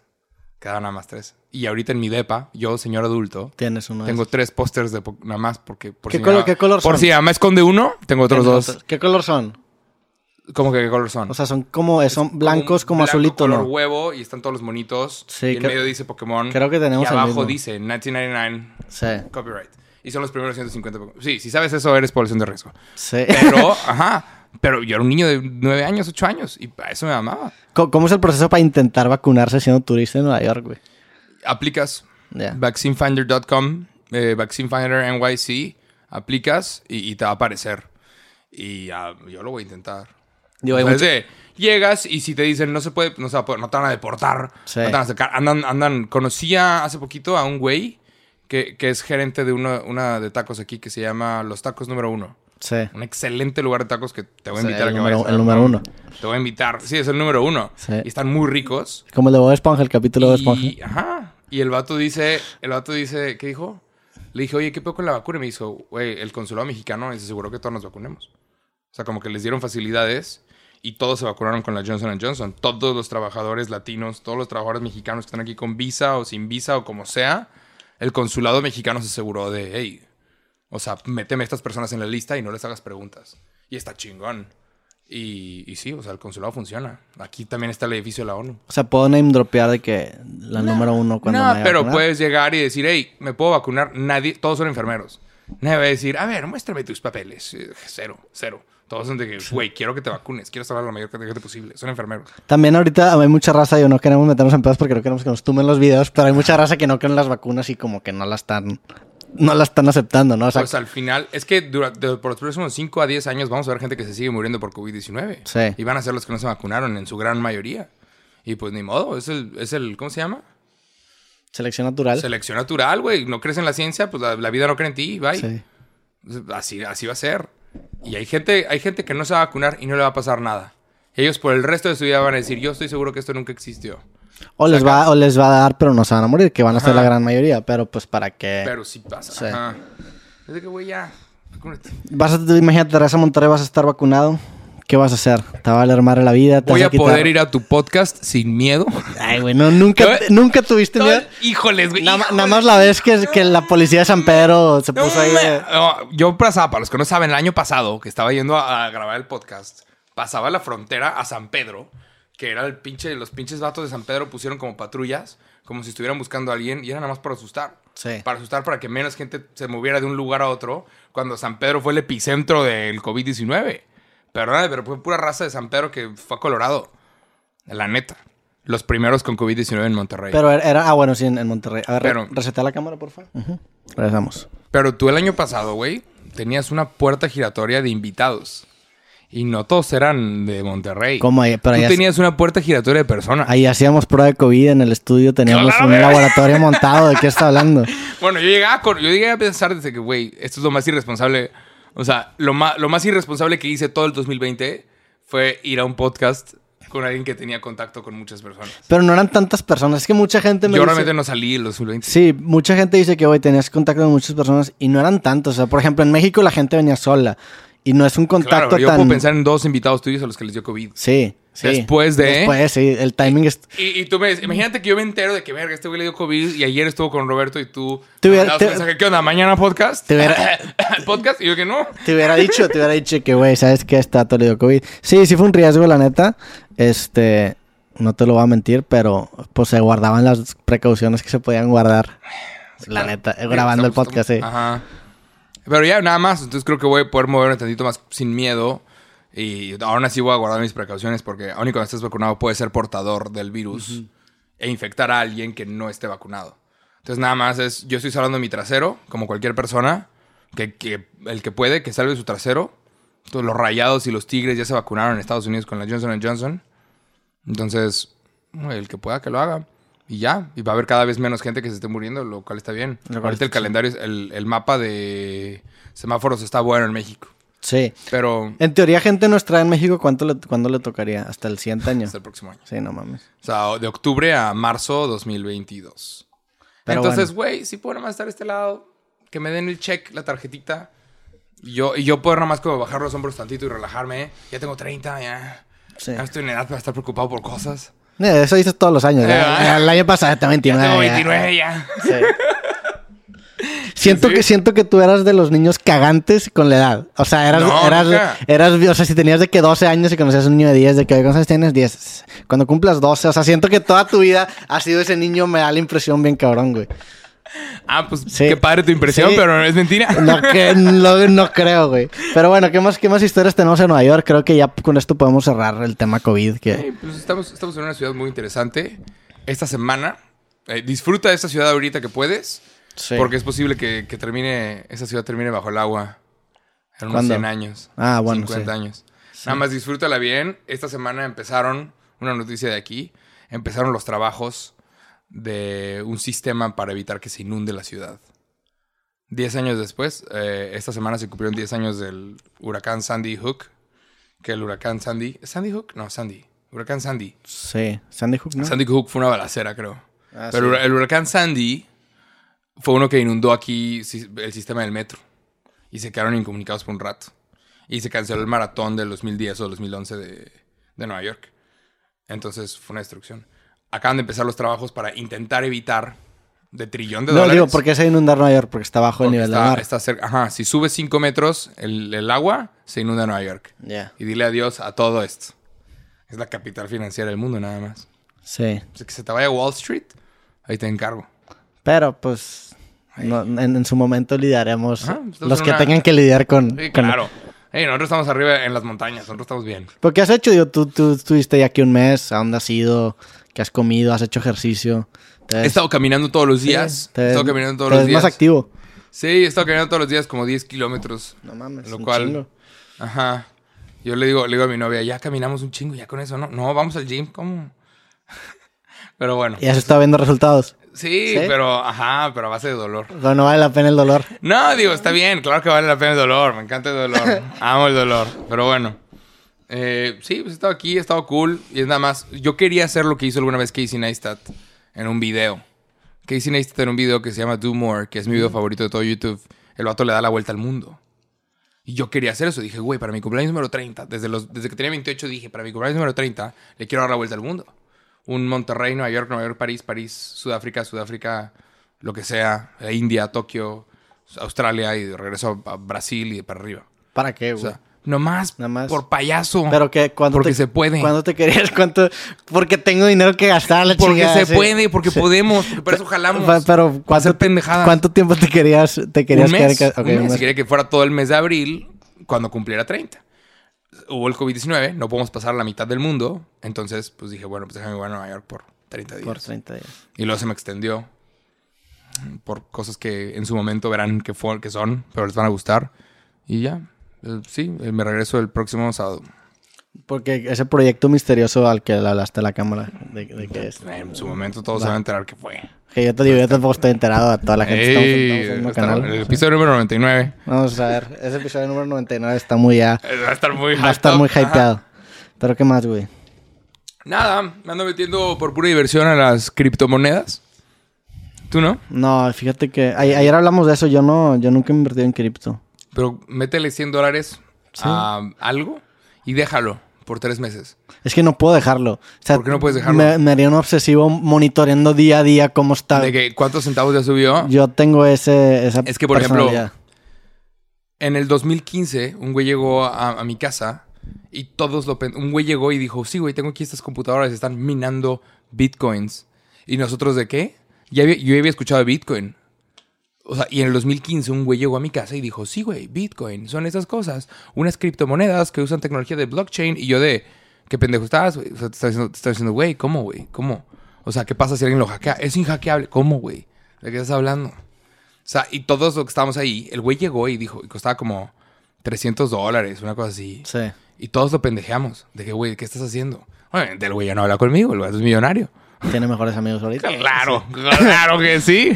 Speaker 2: Quedaban nada más tres. Y ahorita en mi depa, yo, señor adulto,
Speaker 1: Tienes uno de
Speaker 2: tengo
Speaker 1: esos.
Speaker 2: tres pósters de po- nada más porque... Por
Speaker 1: ¿Qué
Speaker 2: si mi
Speaker 1: colo-
Speaker 2: mamá-
Speaker 1: qué color
Speaker 2: Por
Speaker 1: son?
Speaker 2: si mi mamá esconde uno, tengo otros
Speaker 1: Tienes
Speaker 2: dos.
Speaker 1: ¿Qué color son?
Speaker 2: ¿Cómo que qué color son?
Speaker 1: O sea, son como... eh, Son blancos como
Speaker 2: blanco
Speaker 1: azulito,
Speaker 2: color
Speaker 1: ¿no?
Speaker 2: huevo y están todos los monitos.
Speaker 1: Sí,
Speaker 2: y en
Speaker 1: creo-
Speaker 2: medio dice Pokémon.
Speaker 1: creo que tenemos
Speaker 2: Y
Speaker 1: el
Speaker 2: abajo
Speaker 1: mismo.
Speaker 2: dice 1999
Speaker 1: Sí.
Speaker 2: copyright. Y son los primeros 150 Pokémon. Sí, si sabes eso, eres población de riesgo.
Speaker 1: Sí.
Speaker 2: Pero, ajá. Pero yo era un niño de 9 años, 8 años. Y a eso me amaba.
Speaker 1: ¿Cómo, cómo es el proceso para intentar vacunarse siendo turista en Nueva York, güey?
Speaker 2: Aplicas
Speaker 1: Ya.
Speaker 2: vaccinefinder.com, eh, vaccinefinder NYC. Aplicas y, y te va a aparecer. Y ah, yo lo voy a intentar.
Speaker 1: Digo,
Speaker 2: O
Speaker 1: hay
Speaker 2: sea,
Speaker 1: mucho-
Speaker 2: es de, llegas y si te dicen no se puede, no, se va a poder, no te van a deportar,
Speaker 1: Sí.
Speaker 2: no te van a sacar. Andan, andan, conocía hace poquito a un güey que, que es gerente de una, una de tacos aquí que se llama Los Tacos Número Uno.
Speaker 1: Sí.
Speaker 2: Un excelente lugar de tacos que te voy a
Speaker 1: Sí,
Speaker 2: invitar a
Speaker 1: el
Speaker 2: que
Speaker 1: número-
Speaker 2: vayas a
Speaker 1: el
Speaker 2: ver,
Speaker 1: número
Speaker 2: ¿no?
Speaker 1: uno.
Speaker 2: Te voy a invitar. Sí, es el número uno.
Speaker 1: Sí.
Speaker 2: Y están muy ricos.
Speaker 1: Como el de Bob Esponja, el capítulo de Bob Esponja.
Speaker 2: Y, ajá. Y el vato dice, el vato dice, ¿qué dijo? Le dije, oye, ¿qué pedo con la vacuna? Y me dijo, güey, el consulado mexicano se aseguró que todos nos vacunemos. O sea, como que les dieron facilidades y todos se vacunaron con la Johnson Johnson. Todos los trabajadores latinos, todos los trabajadores mexicanos que están aquí con visa o sin visa o como sea, el consulado mexicano se aseguró de, hey, o sea, méteme a estas personas en la lista y no les hagas preguntas. Y está chingón. Y, y sí, o sea, el consulado funciona. Aquí también está el edificio de la ONU.
Speaker 1: O sea, puedo name dropear de que la número uno cuando
Speaker 2: No,
Speaker 1: me
Speaker 2: pero
Speaker 1: vacunan?
Speaker 2: puedes llegar y decir, hey, me puedo vacunar. Nadie, todos son enfermeros. Nadie va a decir, a ver, muéstrame tus papeles. Eh, Cero, cero. Todos son de que, güey, quiero que te vacunes, quiero salvar la mayor cantidad de gente posible. Son enfermeros.
Speaker 1: También ahorita hay mucha raza, yo no queremos meternos en pedos porque no queremos que nos tumben los videos, pero hay mucha raza que no creen en las vacunas y como que no la están, no la están aceptando, ¿no? O sea,
Speaker 2: Pues al final, es que durante, por los próximos 5 a 10 años vamos a ver gente que se sigue muriendo por COVID-19.
Speaker 1: Sí.
Speaker 2: Y van a ser los que no se vacunaron en su gran mayoría. Y pues ni modo, es el, es el ¿cómo se llama?
Speaker 1: selección natural.
Speaker 2: Selección natural, güey. No crees en la ciencia, pues la, la vida no cree en ti, bye.
Speaker 1: Sí.
Speaker 2: Así, así va a ser. Y hay gente, hay gente que no se va a vacunar y no le va a pasar nada. Ellos por el resto de su vida van a decir, yo estoy seguro que esto nunca existió.
Speaker 1: O les va, o les va a dar, pero no se van a morir, que van a ser la gran mayoría, pero pues para qué.
Speaker 2: Pero sí pasa.
Speaker 1: Sí.
Speaker 2: Ajá. Es de que, güey, ya, vacúnate.
Speaker 1: Vas a, imagínate, Teresa Monterrey, vas a estar vacunado. ¿Qué vas a hacer? Te va a alarmar la vida. Te
Speaker 2: Voy
Speaker 1: vas
Speaker 2: a poder
Speaker 1: quitar-
Speaker 2: ir a tu podcast sin miedo.
Speaker 1: Ay, güey, no, nunca,
Speaker 2: No,
Speaker 1: nunca tuviste miedo.
Speaker 2: Híjoles, güey.
Speaker 1: Nada, ma-
Speaker 2: híjoles.
Speaker 1: nada más la vez que, que la policía de San Pedro se puso ahí. de-
Speaker 2: No, yo pasaba, para los que no saben, el año pasado que estaba yendo a, a grabar el podcast, pasaba la frontera a San Pedro, que era el pinche, los pinches vatos de San Pedro pusieron como patrullas, como si estuvieran buscando a alguien, y era nada más para asustar.
Speaker 1: Sí.
Speaker 2: Para asustar, para que menos gente se moviera de un lugar a otro, cuando San Pedro fue el epicentro del COVID-19. Perdóname, pero fue pura raza de San Pedro que fue a Colorado. La neta. Los primeros con COVID-19 en Monterrey.
Speaker 1: Pero era, era- Ah, bueno, sí, en, en Monterrey. A ver,
Speaker 2: Pero-
Speaker 1: re- reseta la cámara, por favor. Ujú. Regresamos.
Speaker 2: Pero tú el año pasado, güey, tenías una puerta giratoria de invitados. Y no todos eran de Monterrey.
Speaker 1: ¿Cómo? Ahí- Pero
Speaker 2: Tú
Speaker 1: ahí,
Speaker 2: tenías una puerta giratoria de personas.
Speaker 1: ahí hacíamos prueba de COVID en el estudio. Teníamos
Speaker 2: ¡Claro,
Speaker 1: un
Speaker 2: güey!
Speaker 1: laboratorio montado. ¿De qué está hablando?
Speaker 2: Bueno, yo llegué, a, cor- yo llegué a pensar desde que, güey, esto es lo más irresponsable. O sea, lo más, lo más irresponsable que hice todo el 2020 fue ir a un podcast con alguien que tenía contacto con muchas personas.
Speaker 1: Pero no eran tantas personas. Es que mucha gente me
Speaker 2: Yo
Speaker 1: dice-
Speaker 2: realmente no salí en los 2020.
Speaker 1: Sí, mucha gente dice que, güey, tenías contacto con muchas personas y no eran tantos. O sea, por ejemplo, en México la gente venía sola. Y no es un
Speaker 2: Claro,
Speaker 1: contacto
Speaker 2: yo
Speaker 1: tan...
Speaker 2: puedo pensar en dos invitados tuyos a los que les dio COVID.
Speaker 1: Sí, sí.
Speaker 2: Después de-
Speaker 1: Después, sí. El timing es...
Speaker 2: Y, y tú me dices, imagínate que yo me entero de que, verga, este güey le dio COVID y ayer estuvo con Roberto y tú
Speaker 1: Te hubiera-
Speaker 2: mandabas
Speaker 1: te-
Speaker 2: un mensaje, ¿qué onda? ¿Mañana podcast?
Speaker 1: Te hubiera-
Speaker 2: ¿Podcast? Y yo que no.
Speaker 1: Te hubiera dicho, te hubiera dicho que, güey, ¿sabes qué? Está todo dio COVID. Sí, sí fue un riesgo, la neta. Este... No te lo voy a mentir, pero pues se guardaban las precauciones que se podían guardar. La neta, eh, grabando el
Speaker 2: Estamos-
Speaker 1: podcast, sí.
Speaker 2: Ajá. Pero ya nada más, entonces creo que voy a poder moverme tantito más sin miedo. Y aún así voy a guardar mis precauciones porque aún y cuando estés vacunado puedes ser portador del virus e infectar a alguien que no esté vacunado. Entonces nada más es, yo estoy salvando mi trasero, como cualquier persona, que, que el que puede, que salve su trasero. Todos los rayados y los tigres ya se vacunaron en Estados Unidos con la Johnson Johnson. Entonces, el que pueda que lo haga. Y ya, y va a haber cada vez menos gente que se esté muriendo, lo cual está bien.
Speaker 1: Lo cual está
Speaker 2: Ahorita el calendario, es- el, el mapa de semáforos está bueno en México.
Speaker 1: Sí.
Speaker 2: Pero
Speaker 1: En teoría, gente nos trae en México, ¿cuánto le, ¿cuándo le tocaría? Hasta el siguiente año.
Speaker 2: hasta el próximo año.
Speaker 1: Sí, no mames.
Speaker 2: O sea, de octubre a marzo 2022.
Speaker 1: Pero
Speaker 2: Entonces, güey, si puedo nada más estar a este lado, que me den el check, la tarjetita. Y yo, y yo puedo nada más como bajar los hombros tantito y relajarme. ¿eh? Ya tengo 30, ya.
Speaker 1: Sí.
Speaker 2: Ya estoy en edad para estar preocupado por cosas.
Speaker 1: Eh, Eso dices todos los años.
Speaker 2: Eh,
Speaker 1: ya.
Speaker 2: ¿verdad?
Speaker 1: el año pasado está
Speaker 2: Ya
Speaker 1: 29.
Speaker 2: tengo
Speaker 1: ya.
Speaker 2: 29 ya.
Speaker 1: Sí. Siento,
Speaker 2: Sí, sí.
Speaker 1: Que, siento que tú eras de los niños cagantes con la edad. O sea, eras,
Speaker 2: No, nunca.
Speaker 1: eras, eras, o sea, si tenías de que 12 años y conocías a un niño de 10, de que hoy años tienes 10. Cuando cumplas 12, o sea, siento que toda tu vida has sido ese niño, me da la impresión bien cabrón, güey.
Speaker 2: Ah, pues
Speaker 1: Sí.
Speaker 2: qué padre tu impresión,
Speaker 1: Sí.
Speaker 2: pero es mentira.
Speaker 1: No, que- no, no creo, güey. Pero bueno, ¿qué más, ¿qué más historias tenemos en Nueva York? Creo que ya con esto podemos cerrar el tema COVID. Que...
Speaker 2: Eh, pues estamos, estamos en una ciudad muy interesante. Esta semana, eh, disfruta de esta ciudad ahorita que puedes,
Speaker 1: Sí.
Speaker 2: porque es posible que, que termine, esa ciudad termine bajo el agua en unos
Speaker 1: ¿Cuándo?
Speaker 2: 100 años.
Speaker 1: Ah, bueno,
Speaker 2: 50
Speaker 1: sí.
Speaker 2: años. Nada más disfrútala bien. Esta semana empezaron, una noticia de aquí, empezaron los trabajos de un sistema para evitar que se inunde la ciudad. 10 años después, eh, esta semana se cumplieron 10 años del huracán Sandy Hook. Que el huracán Sandy. ¿Sandy Hook? No, Sandy. Huracán Sandy.
Speaker 1: Sí. Sandy Hook, ¿no?
Speaker 2: Sandy Hook fue una balacera, creo.
Speaker 1: Ah,
Speaker 2: Pero
Speaker 1: sí.
Speaker 2: el hur- el huracán Sandy fue uno que inundó aquí si- el sistema del metro. Y se quedaron incomunicados por un rato. Y se canceló el maratón del 2010 o 2011 de, de Nueva York. Entonces fue una destrucción. Acaban de empezar los trabajos para intentar evitar de trillón de
Speaker 1: No,
Speaker 2: dólares.
Speaker 1: digo, ¿por qué se inunda Nueva York? Porque está bajo el
Speaker 2: Porque
Speaker 1: nivel
Speaker 2: está, este-
Speaker 1: del mar.
Speaker 2: está cerca. Ajá, si sube 5 metros el, el agua, se inunda Nueva York.
Speaker 1: Ya.
Speaker 2: Y dile adiós a todo esto. Es la capital financiera del mundo, nada más.
Speaker 1: Sí.
Speaker 2: O sea, pues, que se te vaya a Wall Street, ahí te encargo.
Speaker 1: Pero pues no- en, en su momento lidiaremos
Speaker 2: Ajá, estamos
Speaker 1: los
Speaker 2: en
Speaker 1: que
Speaker 2: una-
Speaker 1: tengan que lidiar con.
Speaker 2: Sí,
Speaker 1: con-
Speaker 2: claro. Ey, nosotros estamos arriba en las montañas, nosotros estamos bien.
Speaker 1: Pero ¿qué has hecho? Digo, tú, tú estuviste ya aquí un mes, ¿a dónde has ido? ¿Qué has comido? ¿Has hecho ejercicio? ¿Te
Speaker 2: He
Speaker 1: ves-
Speaker 2: estado caminando todos los
Speaker 1: sí,
Speaker 2: días.
Speaker 1: te
Speaker 2: he
Speaker 1: ves-
Speaker 2: estado caminando todos
Speaker 1: te
Speaker 2: los
Speaker 1: ves
Speaker 2: días.
Speaker 1: más activo.
Speaker 2: Sí, he estado caminando todos los días como 10 kilómetros.
Speaker 1: No mames.
Speaker 2: Lo
Speaker 1: un
Speaker 2: cual-
Speaker 1: chingo.
Speaker 2: Ajá. Yo le digo, le digo a mi novia, ya caminamos un chingo, ya con eso, ¿no? No, vamos al gym, ¿cómo? pero bueno.
Speaker 1: Y has estado viendo resultados.
Speaker 2: Sí,
Speaker 1: ¿Sí?
Speaker 2: pero, ajá, pero a base de dolor.
Speaker 1: Pero no vale la pena el dolor.
Speaker 2: No, digo, está bien, claro que vale la pena el dolor, me encanta el dolor, amo el dolor, pero bueno. Eh, sí, pues he estado aquí, he estado cool, y es nada más, yo quería hacer lo que hizo alguna vez Casey Neistat en un video. Casey Neistat en un video que se llama Do More, que es mi video favorito de todo YouTube, el vato le da la vuelta al mundo. Y yo quería hacer eso. Dije, güey, para mi cumpleaños número 30, desde, los, desde que tenía 28 dije, para mi cumpleaños número 30, le quiero dar la vuelta al mundo. Un Monterrey, Nueva York, Nueva York, París, París, Sudáfrica, Sudáfrica, lo que sea, eh, India, Tokio, Australia y de regreso a a Brasil y de para arriba.
Speaker 1: ¿Para qué,
Speaker 2: O
Speaker 1: güey?
Speaker 2: sea, nomás,
Speaker 1: Nada más.
Speaker 2: por payaso.
Speaker 1: Pero que cuando
Speaker 2: porque
Speaker 1: te,
Speaker 2: se puede.
Speaker 1: Cuando te querías, cuánto. Porque tengo dinero que gastar la
Speaker 2: porque
Speaker 1: chingada,
Speaker 2: se
Speaker 1: sí.
Speaker 2: puede, porque
Speaker 1: Sí.
Speaker 2: podemos, porque por eso jalamos.
Speaker 1: Pa- Pero
Speaker 2: para hacer
Speaker 1: ¿cuánto,
Speaker 2: pendejadas.
Speaker 1: ¿cuánto tiempo te querías, te querías
Speaker 2: un
Speaker 1: quedar
Speaker 2: mes,
Speaker 1: en casa?
Speaker 2: un
Speaker 1: Ok,
Speaker 2: mes.
Speaker 1: un mes.
Speaker 2: Si quería que fuera todo el mes de abril cuando cumpliera 30. Hubo el COVID-19, no podemos pasar la mitad del mundo. Entonces, pues dije, bueno, pues déjame ir a Nueva York por 30 días.
Speaker 1: Por 30 días.
Speaker 2: Y luego se me extendió por cosas que en su momento verán que, fue, que son, pero les van a gustar. Y ya, Eh, sí, eh, me regreso el próximo sábado.
Speaker 1: Porque ese proyecto misterioso al que le hablaste a la cámara, de, de que es.
Speaker 2: En su momento todos se van a enterar que fue.
Speaker 1: Que yo te digo, yo tampoco estoy enterado a toda la gente. estamos-
Speaker 2: Ey,
Speaker 1: estamos en el mismo
Speaker 2: está-
Speaker 1: canal.
Speaker 2: el episodio número 99
Speaker 1: Vamos a ver, ese episodio número 99 está muy ya.
Speaker 2: Eh, va a estar muy
Speaker 1: Va a estar
Speaker 2: hyped
Speaker 1: muy
Speaker 2: up. Ajá.
Speaker 1: hypeado. Pero qué más, güey.
Speaker 2: Nada, me ando metiendo por pura diversión a las criptomonedas. ¿Tú no?
Speaker 1: No, fíjate que a- ayer hablamos de eso. Yo no, yo nunca he invertido en cripto.
Speaker 2: Pero métele 100 dólares
Speaker 1: Sí.
Speaker 2: a algo y déjalo por tres meses.
Speaker 1: Es que no puedo dejarlo. O sea,
Speaker 2: ¿Por qué no puedes dejarlo?
Speaker 1: Me, me haría un obsesivo monitoreando día a día cómo está.
Speaker 2: De que cuántos centavos ya subió.
Speaker 1: Yo tengo ese, esa
Speaker 2: Es que, por ejemplo,
Speaker 1: personalidad.
Speaker 2: En el 2015, un güey llegó a, a mi casa y todos lo... pen- Un güey llegó y dijo, sí, güey, tengo aquí estas computadoras, están minando bitcoins. ¿Y nosotros de qué? Ya había- yo había escuchado de bitcoin. O sea, y en el 2015 un güey llegó a mi casa y dijo, sí, güey, bitcoin, son esas cosas. Unas criptomonedas que usan tecnología de blockchain. Y yo de, ¿qué pendejo estás, güey? O sea, te estás diciendo, te estás diciendo, güey, ¿cómo, güey? ¿Cómo? O sea, ¿qué pasa si alguien lo hackea? Es inhackeable. ¿Cómo, güey? ¿De qué estás hablando? O sea, y todos los que estábamos ahí, el güey llegó y dijo, y costaba como 300 dólares, una cosa así.
Speaker 1: Sí.
Speaker 2: Y todos lo pendejeamos. De que, güey, ¿qué estás haciendo? Obviamente el güey ya no habla conmigo, el güey es millonario.
Speaker 1: Tiene mejores amigos ahorita.
Speaker 2: Claro, claro que sí.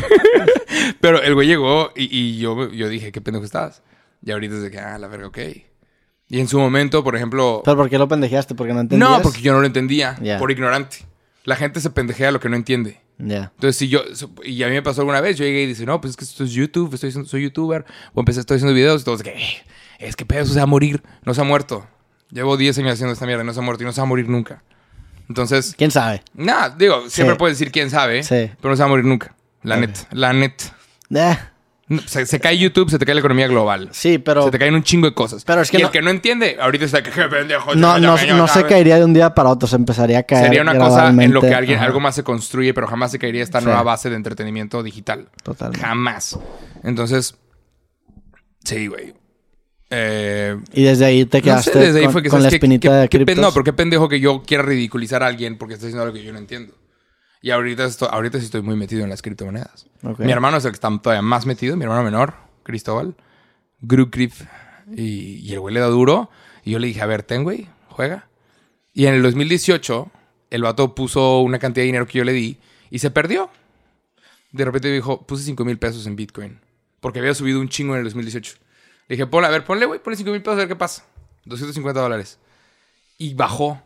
Speaker 2: Pero el güey llegó y, y yo, yo dije, ¿qué pendejo estás? Y ahorita es de que, ah, la verga, ok. Y en su momento, por ejemplo...
Speaker 1: Pero ¿por qué lo pendejeaste? Porque no entendías.
Speaker 2: No, porque yo no lo entendía,
Speaker 1: Ya.
Speaker 2: por ignorante. La gente se pendejea lo que no entiende.
Speaker 1: Ya.
Speaker 2: Entonces, si yo, y a mí me pasó alguna vez, yo llegué y dije, no, pues es que esto es YouTube, estoy, haciendo- soy youtuber, o empecé, estoy haciendo videos, y todos de que, "Eh, es que pedo, eso se va a morir, no se ha muerto. Llevo 10 años haciendo esta mierda, no se ha muerto y no se va a morir nunca. Entonces,
Speaker 1: ¿Quién sabe?
Speaker 2: nada, digo, siempre puedes decir quién sabe,
Speaker 1: Sí.
Speaker 2: pero no se va a morir nunca. La net, la net.
Speaker 1: Eh,
Speaker 2: No, Se, se cae YouTube, se te cae la economía global.
Speaker 1: sí, pero
Speaker 2: se te caen un chingo de cosas.
Speaker 1: Pero es que
Speaker 2: y
Speaker 1: no-
Speaker 2: el que no entiende, ahorita está que "Qué pendejo.
Speaker 1: no,
Speaker 2: ya,
Speaker 1: no,
Speaker 2: ya, ya,
Speaker 1: no
Speaker 2: ya,
Speaker 1: se
Speaker 2: ya".
Speaker 1: caería de un día para otro. Se empezaría a caer.
Speaker 2: Sería una cosa en lo que
Speaker 1: gradualmente.
Speaker 2: alguien,
Speaker 1: Ajá.
Speaker 2: algo más se construye, pero jamás se caería esta
Speaker 1: Sí.
Speaker 2: nueva base de entretenimiento digital.
Speaker 1: Totalmente.
Speaker 2: Jamás. Entonces, sí, güey. Eh,
Speaker 1: Y desde ahí te
Speaker 2: no sé,
Speaker 1: quedaste
Speaker 2: desde ahí
Speaker 1: con,
Speaker 2: fue que
Speaker 1: con la
Speaker 2: ¿sabes qué?
Speaker 1: espinita
Speaker 2: ¿Qué-
Speaker 1: de
Speaker 2: qué pen-
Speaker 1: criptos.
Speaker 2: No, pero qué pendejo que yo quiera ridiculizar a alguien porque está diciendo algo que yo no entiendo. Y ahorita, esto- ahorita sí estoy muy metido en las criptomonedas.
Speaker 1: Ok.
Speaker 2: Mi hermano es el que está todavía más metido, mi hermano menor, Cristóbal, Grucrif. Y, y el güey le da duro. Y yo le dije, a ver, ten, güey, juega. Y en el 2018, el vato puso una cantidad de dinero que yo le di y se perdió. De repente dijo, puse 5 mil pesos en Bitcoin. Porque había subido un chingo en el 2018. Le dije, Paul, a ver, ponle, güey, ponle 5 mil pesos a ver qué pasa. 250 dólares. Y bajó.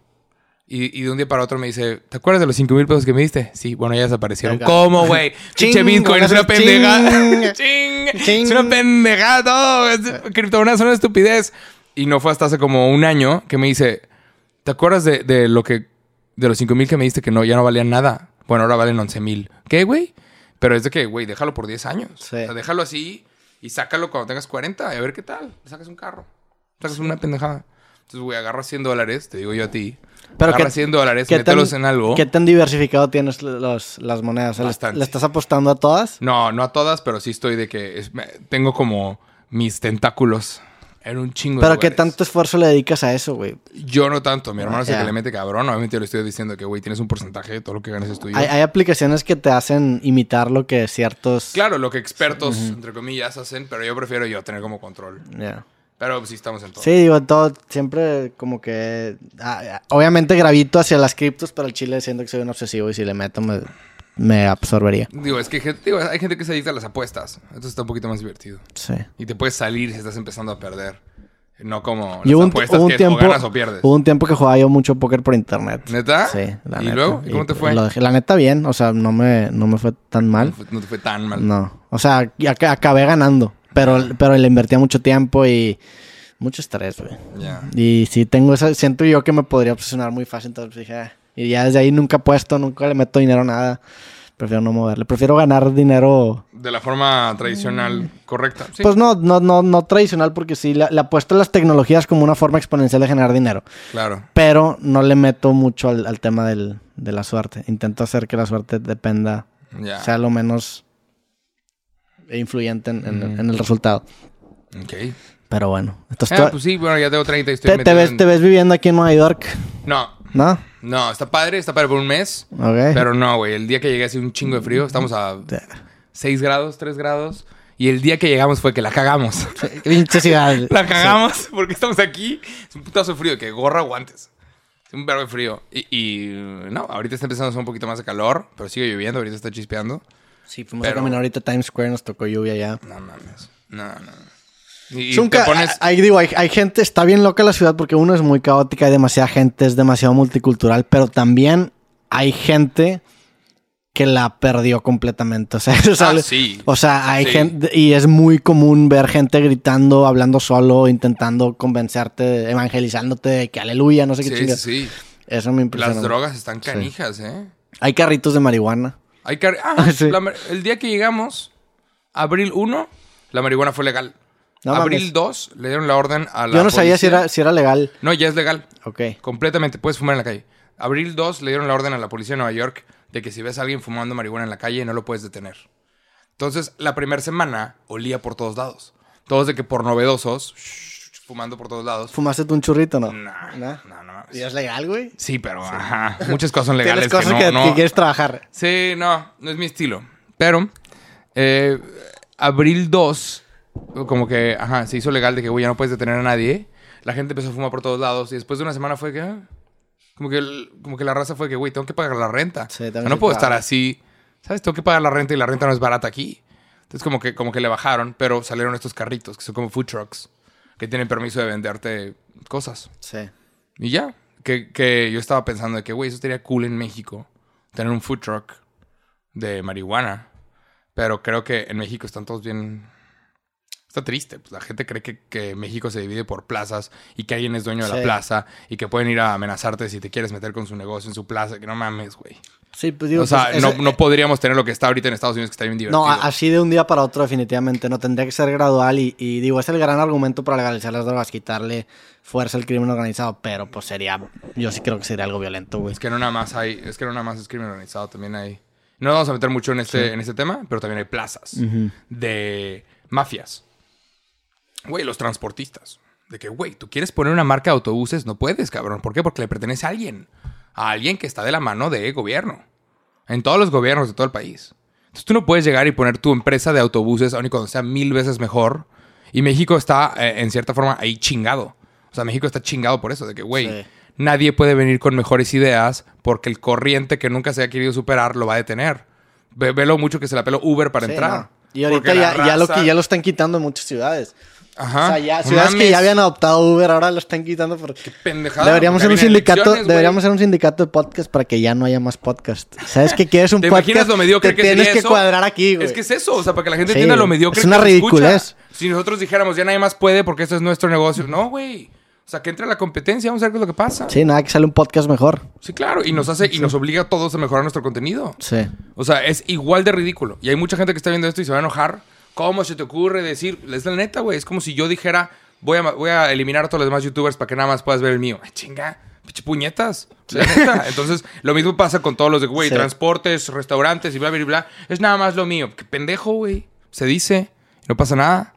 Speaker 2: Y, y de un día para otro me dice, ¿te acuerdas de los 5 mil pesos que me diste? Sí, bueno, ya desaparecieron.
Speaker 1: Verga.
Speaker 2: ¿Cómo, güey? Pinche
Speaker 1: Ching,
Speaker 2: Bitcoin, es una
Speaker 1: ching.
Speaker 2: pendejada. Ching,
Speaker 1: Ching.
Speaker 2: Es una pendejada todo. Es- Criptomonedas son una estupidez. Y no fue hasta hace como un año que me dice, ¿Te acuerdas de, de lo que. de los 5 mil que me diste que no, ya no valían nada? Bueno, ahora valen 11 mil. ¿Qué, güey? Pero es de que, güey, déjalo por 10 años.
Speaker 1: Sí.
Speaker 2: O sea, déjalo así y sácalo cuando tengas 40 y a ver qué tal. Le Sacas un carro. Sacas una pendejada. Entonces, güey, agarra 100 dólares, te digo yo a ti.
Speaker 1: Pero
Speaker 2: agarra
Speaker 1: qué-
Speaker 2: 100 dólares,
Speaker 1: ¿Qué
Speaker 2: mételos
Speaker 1: tan-
Speaker 2: en algo.
Speaker 1: ¿Qué tan diversificado tienes los, las monedas? O sea, ¿le-
Speaker 2: Bastante.
Speaker 1: ¿Le estás apostando a todas?
Speaker 2: No, no a todas, pero sí estoy de que. es- me- tengo como mis tentáculos en un chingo de
Speaker 1: Pero ¿qué
Speaker 2: lugares.
Speaker 1: tanto esfuerzo le dedicas a eso, güey?
Speaker 2: Yo no tanto. Mi hermano es el
Speaker 1: Ya.
Speaker 2: que le mete cabrón. Obviamente yo le estoy diciendo que, güey, tienes un porcentaje de todo lo que ganas es tuyo.
Speaker 1: Hay, hay aplicaciones que te hacen imitar lo que ciertos...
Speaker 2: Claro, lo que expertos, entre comillas, hacen, pero yo prefiero yo tener como control.
Speaker 1: Ya.
Speaker 2: Pero pues, sí estamos en todo.
Speaker 1: Sí, digo, todo, siempre como que... ah, ah, obviamente gravito hacia las criptos, pero el chile siento que soy un obsesivo y si le meto me, me absorbería.
Speaker 2: Digo, es que gen- digo, hay gente que se adicta a las apuestas. Entonces está un poquito más divertido.
Speaker 1: Sí.
Speaker 2: Y te puedes salir si estás empezando a perder. No como
Speaker 1: Y hubo
Speaker 2: las
Speaker 1: un,
Speaker 2: apuestas
Speaker 1: hubo un
Speaker 2: que
Speaker 1: tiempo,
Speaker 2: o ganas o pierdes.
Speaker 1: hubo un tiempo que jugaba yo mucho póker por internet.
Speaker 2: ¿Neta?
Speaker 1: Sí, la
Speaker 2: ¿Y
Speaker 1: neta.
Speaker 2: luego? ¿Y cómo te fue?
Speaker 1: lo dejé- la neta bien, o sea, no me, no me fue tan
Speaker 2: No
Speaker 1: mal.
Speaker 2: fue- No te fue tan mal.
Speaker 1: No, o sea, y ac- acabé ganando. Pero, pero le invertía mucho tiempo y mucho estrés, güey.
Speaker 2: Ya.
Speaker 1: Y sí tengo esa, siento yo que me podría obsesionar muy fácil, entonces dije, "Ah". y ya desde ahí nunca he puesto, nunca le meto dinero a nada. Prefiero no moverle, prefiero ganar dinero.
Speaker 2: De la forma tradicional correcta. Sí.
Speaker 1: Pues no, no, no, no tradicional, porque sí, le, le apuesto a las tecnologías como una forma exponencial de generar dinero.
Speaker 2: claro.
Speaker 1: Pero no le meto mucho al, al tema del- de la suerte. Intento hacer que la suerte dependa,
Speaker 2: Ya.
Speaker 1: sea lo menos influyente en, en-
Speaker 2: Mm.
Speaker 1: en el resultado.
Speaker 2: Ok.
Speaker 1: Pero bueno, entonces
Speaker 2: Ah,
Speaker 1: tú-
Speaker 2: pues sí, bueno, ya tengo 30 y estoy
Speaker 1: te, te
Speaker 2: metido
Speaker 1: ves,
Speaker 2: en-
Speaker 1: te ves viviendo aquí en Nueva York,
Speaker 2: No,
Speaker 1: ¿no?
Speaker 2: no, está padre, está padre por un mes.
Speaker 1: Ok.
Speaker 2: Pero no, güey. El día que llegué hace un chingo de frío. Estamos a 6 grados, 3 grados. Y el día que llegamos fue que la cagamos.
Speaker 1: Pinche ciudad.
Speaker 2: la cagamos porque estamos aquí. Es un putazo de frío, que gorra, guantes. Es un verbo de frío. Y, y, no, ahorita está empezando a hacer un poquito más de calor, pero sigue lloviendo, ahorita está chispeando.
Speaker 1: Sí, fuimos a
Speaker 2: Pero-
Speaker 1: caminar ahorita a Times Square, nos tocó lluvia ya.
Speaker 2: No mames. ah, No, no. Y, y
Speaker 1: Es un
Speaker 2: te
Speaker 1: ca-
Speaker 2: pones.
Speaker 1: a- Ahí digo, hay, hay gente, está bien loca la ciudad porque uno es muy caótica, hay demasiada gente, es demasiado multicultural, pero también hay gente que la perdió completamente. O sea, eso sale-
Speaker 2: Ah, sí.
Speaker 1: o sea hay
Speaker 2: Sí.
Speaker 1: gente, y es muy común ver gente gritando, hablando solo, intentando convencerte, evangelizándote de que aleluya, no sé qué
Speaker 2: sí, sí,
Speaker 1: chingas.
Speaker 2: sí.
Speaker 1: Eso me impresiona.
Speaker 2: Las drogas están canijas, ¿eh?
Speaker 1: Hay carritos de marihuana.
Speaker 2: Hay car- Ah,
Speaker 1: Sí.
Speaker 2: la mar- el día que llegamos, abril 1, la marihuana fue legal.
Speaker 1: No
Speaker 2: abril
Speaker 1: mames.
Speaker 2: 2, le dieron la orden a la.
Speaker 1: Yo no sabía si
Speaker 2: policía.
Speaker 1: era, si era legal.
Speaker 2: No, ya es legal.
Speaker 1: Ok.
Speaker 2: Completamente, puedes fumar en la calle. Abril 2 le dieron la orden a la policía de Nueva York de que si ves a alguien fumando marihuana en la calle no lo puedes detener. Entonces, la primera semana olía por todos lados. Todos de que por novedosos, shh, fumando por todos lados.
Speaker 1: ¿Fumaste tú un churrito no?
Speaker 2: Nah,
Speaker 1: Nah.
Speaker 2: no, no mames.
Speaker 1: ¿Y es legal, güey?
Speaker 2: Sí, pero ajá, muchas cosas son legales.
Speaker 1: Tienes cosas
Speaker 2: que
Speaker 1: que,
Speaker 2: no-
Speaker 1: que
Speaker 2: no-
Speaker 1: quieres trabajar.
Speaker 2: Sí, no, no es mi estilo. Pero, eh, abril 2, como que, ajá, se hizo legal de que, güey, ya no puedes detener a nadie. La gente empezó a fumar por todos lados y después de una semana fue que, ah, como que, el- como que la raza fue que, güey, tengo que pagar la renta.
Speaker 1: Sí,
Speaker 2: O sea,
Speaker 1: también
Speaker 2: no
Speaker 1: se
Speaker 2: puedo
Speaker 1: paga.
Speaker 2: estar así, ¿sabes? Tengo que pagar la renta y la renta no es barata aquí. Entonces, como que, como que le bajaron, pero salieron estos carritos que son como food trucks que tienen permiso de venderte cosas.
Speaker 1: Sí.
Speaker 2: Y ya, que, que yo estaba pensando de que, güey, eso estaría cool en México, tener un food truck de marihuana. Pero creo que en México están todos bien... Está triste, pues la gente cree que, que México se divide por plazas y que alguien es dueño de
Speaker 1: Sí.
Speaker 2: la plaza y que pueden ir a amenazarte si te quieres meter con su negocio en su plaza, que no mames, güey.
Speaker 1: Sí, pues digo.
Speaker 2: O sea,
Speaker 1: pues,
Speaker 2: no,
Speaker 1: ese-
Speaker 2: no podríamos tener lo que está ahorita en Estados Unidos, que está bien divertido.
Speaker 1: no, a- así de un día para otro, definitivamente. No tendría que ser gradual. Y, y digo, es el gran argumento para legalizar las drogas, quitarle fuerza al crimen organizado. Pero pues sería. Yo sí creo que sería algo violento, güey.
Speaker 2: Es que no nada más hay, es que no nada más es crimen organizado, también hay. No nos vamos a meter mucho en este, en este tema, pero también hay plazas de mafias. Güey, los transportistas. De que, güey, tú quieres poner una marca de autobuses, no puedes, cabrón. ¿Por qué? Porque le pertenece a alguien. A alguien que está de la mano de gobierno. En todos los gobiernos de todo el país. Entonces tú no puedes llegar y poner tu empresa de autobuses, aun y cuando sea mil veces mejor. Y México está, eh, en cierta forma, ahí chingado. O sea, México está chingado por eso, de que, güey,
Speaker 1: Sí.
Speaker 2: nadie puede venir con mejores ideas porque el corriente que nunca se ha querido superar lo va a detener. Ve, ve lo mucho que se la peló Uber para
Speaker 1: Sí,
Speaker 2: entrar.
Speaker 1: no. Y ahorita
Speaker 2: Porque la
Speaker 1: ya, ya lo
Speaker 2: raza-
Speaker 1: que ya lo están quitando en muchas ciudades.
Speaker 2: Ajá.
Speaker 1: O sea, ya,
Speaker 2: No
Speaker 1: ciudades que
Speaker 2: mames.
Speaker 1: ya habían adoptado Uber, ahora lo están quitando por.
Speaker 2: pendejada,
Speaker 1: deberíamos
Speaker 2: porque
Speaker 1: ser un
Speaker 2: vienen
Speaker 1: sindicato,
Speaker 2: elecciones, güey.
Speaker 1: deberíamos ser un sindicato de podcast para que ya no haya más podcast. ¿Sabes que quieres un
Speaker 2: ¿Te
Speaker 1: podcast?
Speaker 2: imaginas lo mediocre
Speaker 1: te
Speaker 2: que
Speaker 1: tienes
Speaker 2: sería
Speaker 1: que
Speaker 2: eso?
Speaker 1: cuadrar aquí, güey.
Speaker 2: Es que es eso, o sea, para que la gente
Speaker 1: Sí,
Speaker 2: entienda lo
Speaker 1: güey.
Speaker 2: mediocre
Speaker 1: Es una
Speaker 2: que se
Speaker 1: ridiculez.
Speaker 2: escucha. Si nosotros dijéramos, ya nadie más puede porque esto es nuestro negocio. No, güey. O sea, que entre la competencia, vamos a ver qué es lo que pasa. Sí,
Speaker 1: Sí, nada, que sale un podcast mejor.
Speaker 2: claro. Y nos hace, y nos obliga a todos a mejorar nuestro contenido.
Speaker 1: Sí.
Speaker 2: O sea, es igual de ridículo. Y hay mucha gente que está viendo esto y se va a enojar. ¿Cómo se te ocurre decir? Es la neta, güey. Es como si yo dijera, voy a, ma- voy a eliminar a todos los demás youtubers para que nada más puedas ver el mío. Ay, chinga, pinche puñetas. La neta. Entonces, lo mismo pasa con todos los de, güey,
Speaker 1: Sí.
Speaker 2: transportes, restaurantes y bla, bla, bla. Es nada más lo mío. Qué pendejo, güey. Se dice, no pasa nada.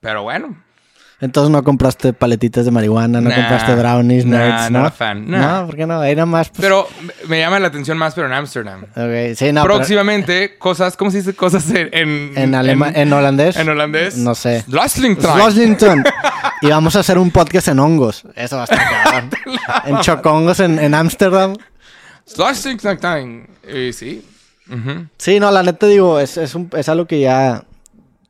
Speaker 2: Pero bueno.
Speaker 1: Entonces no compraste paletitas de marihuana, no
Speaker 2: Nah.
Speaker 1: compraste brownies,
Speaker 2: Nah,
Speaker 1: nerds,
Speaker 2: not
Speaker 1: ¿no?
Speaker 2: a fan. Nah.
Speaker 1: No, ¿por qué no? Ahí nada más. Pues,
Speaker 2: Pero me- me llama la atención más, pero en Ámsterdam.
Speaker 1: ok, sí, no, pero-
Speaker 2: Próximamente, cosas, ¿cómo se dice cosas en. En,
Speaker 1: en, alema- en, holandés.
Speaker 2: En holandés.
Speaker 1: No sé.
Speaker 2: Luslingtime.
Speaker 1: Roslington. y vamos a hacer un podcast en hongos. Eso va a estar cabrón. en chocongos en en Ámsterdam.
Speaker 2: Luslingtime. Eh, sí. Ujú.
Speaker 1: Sí, no, la neta digo, es, es, un- es algo que ya...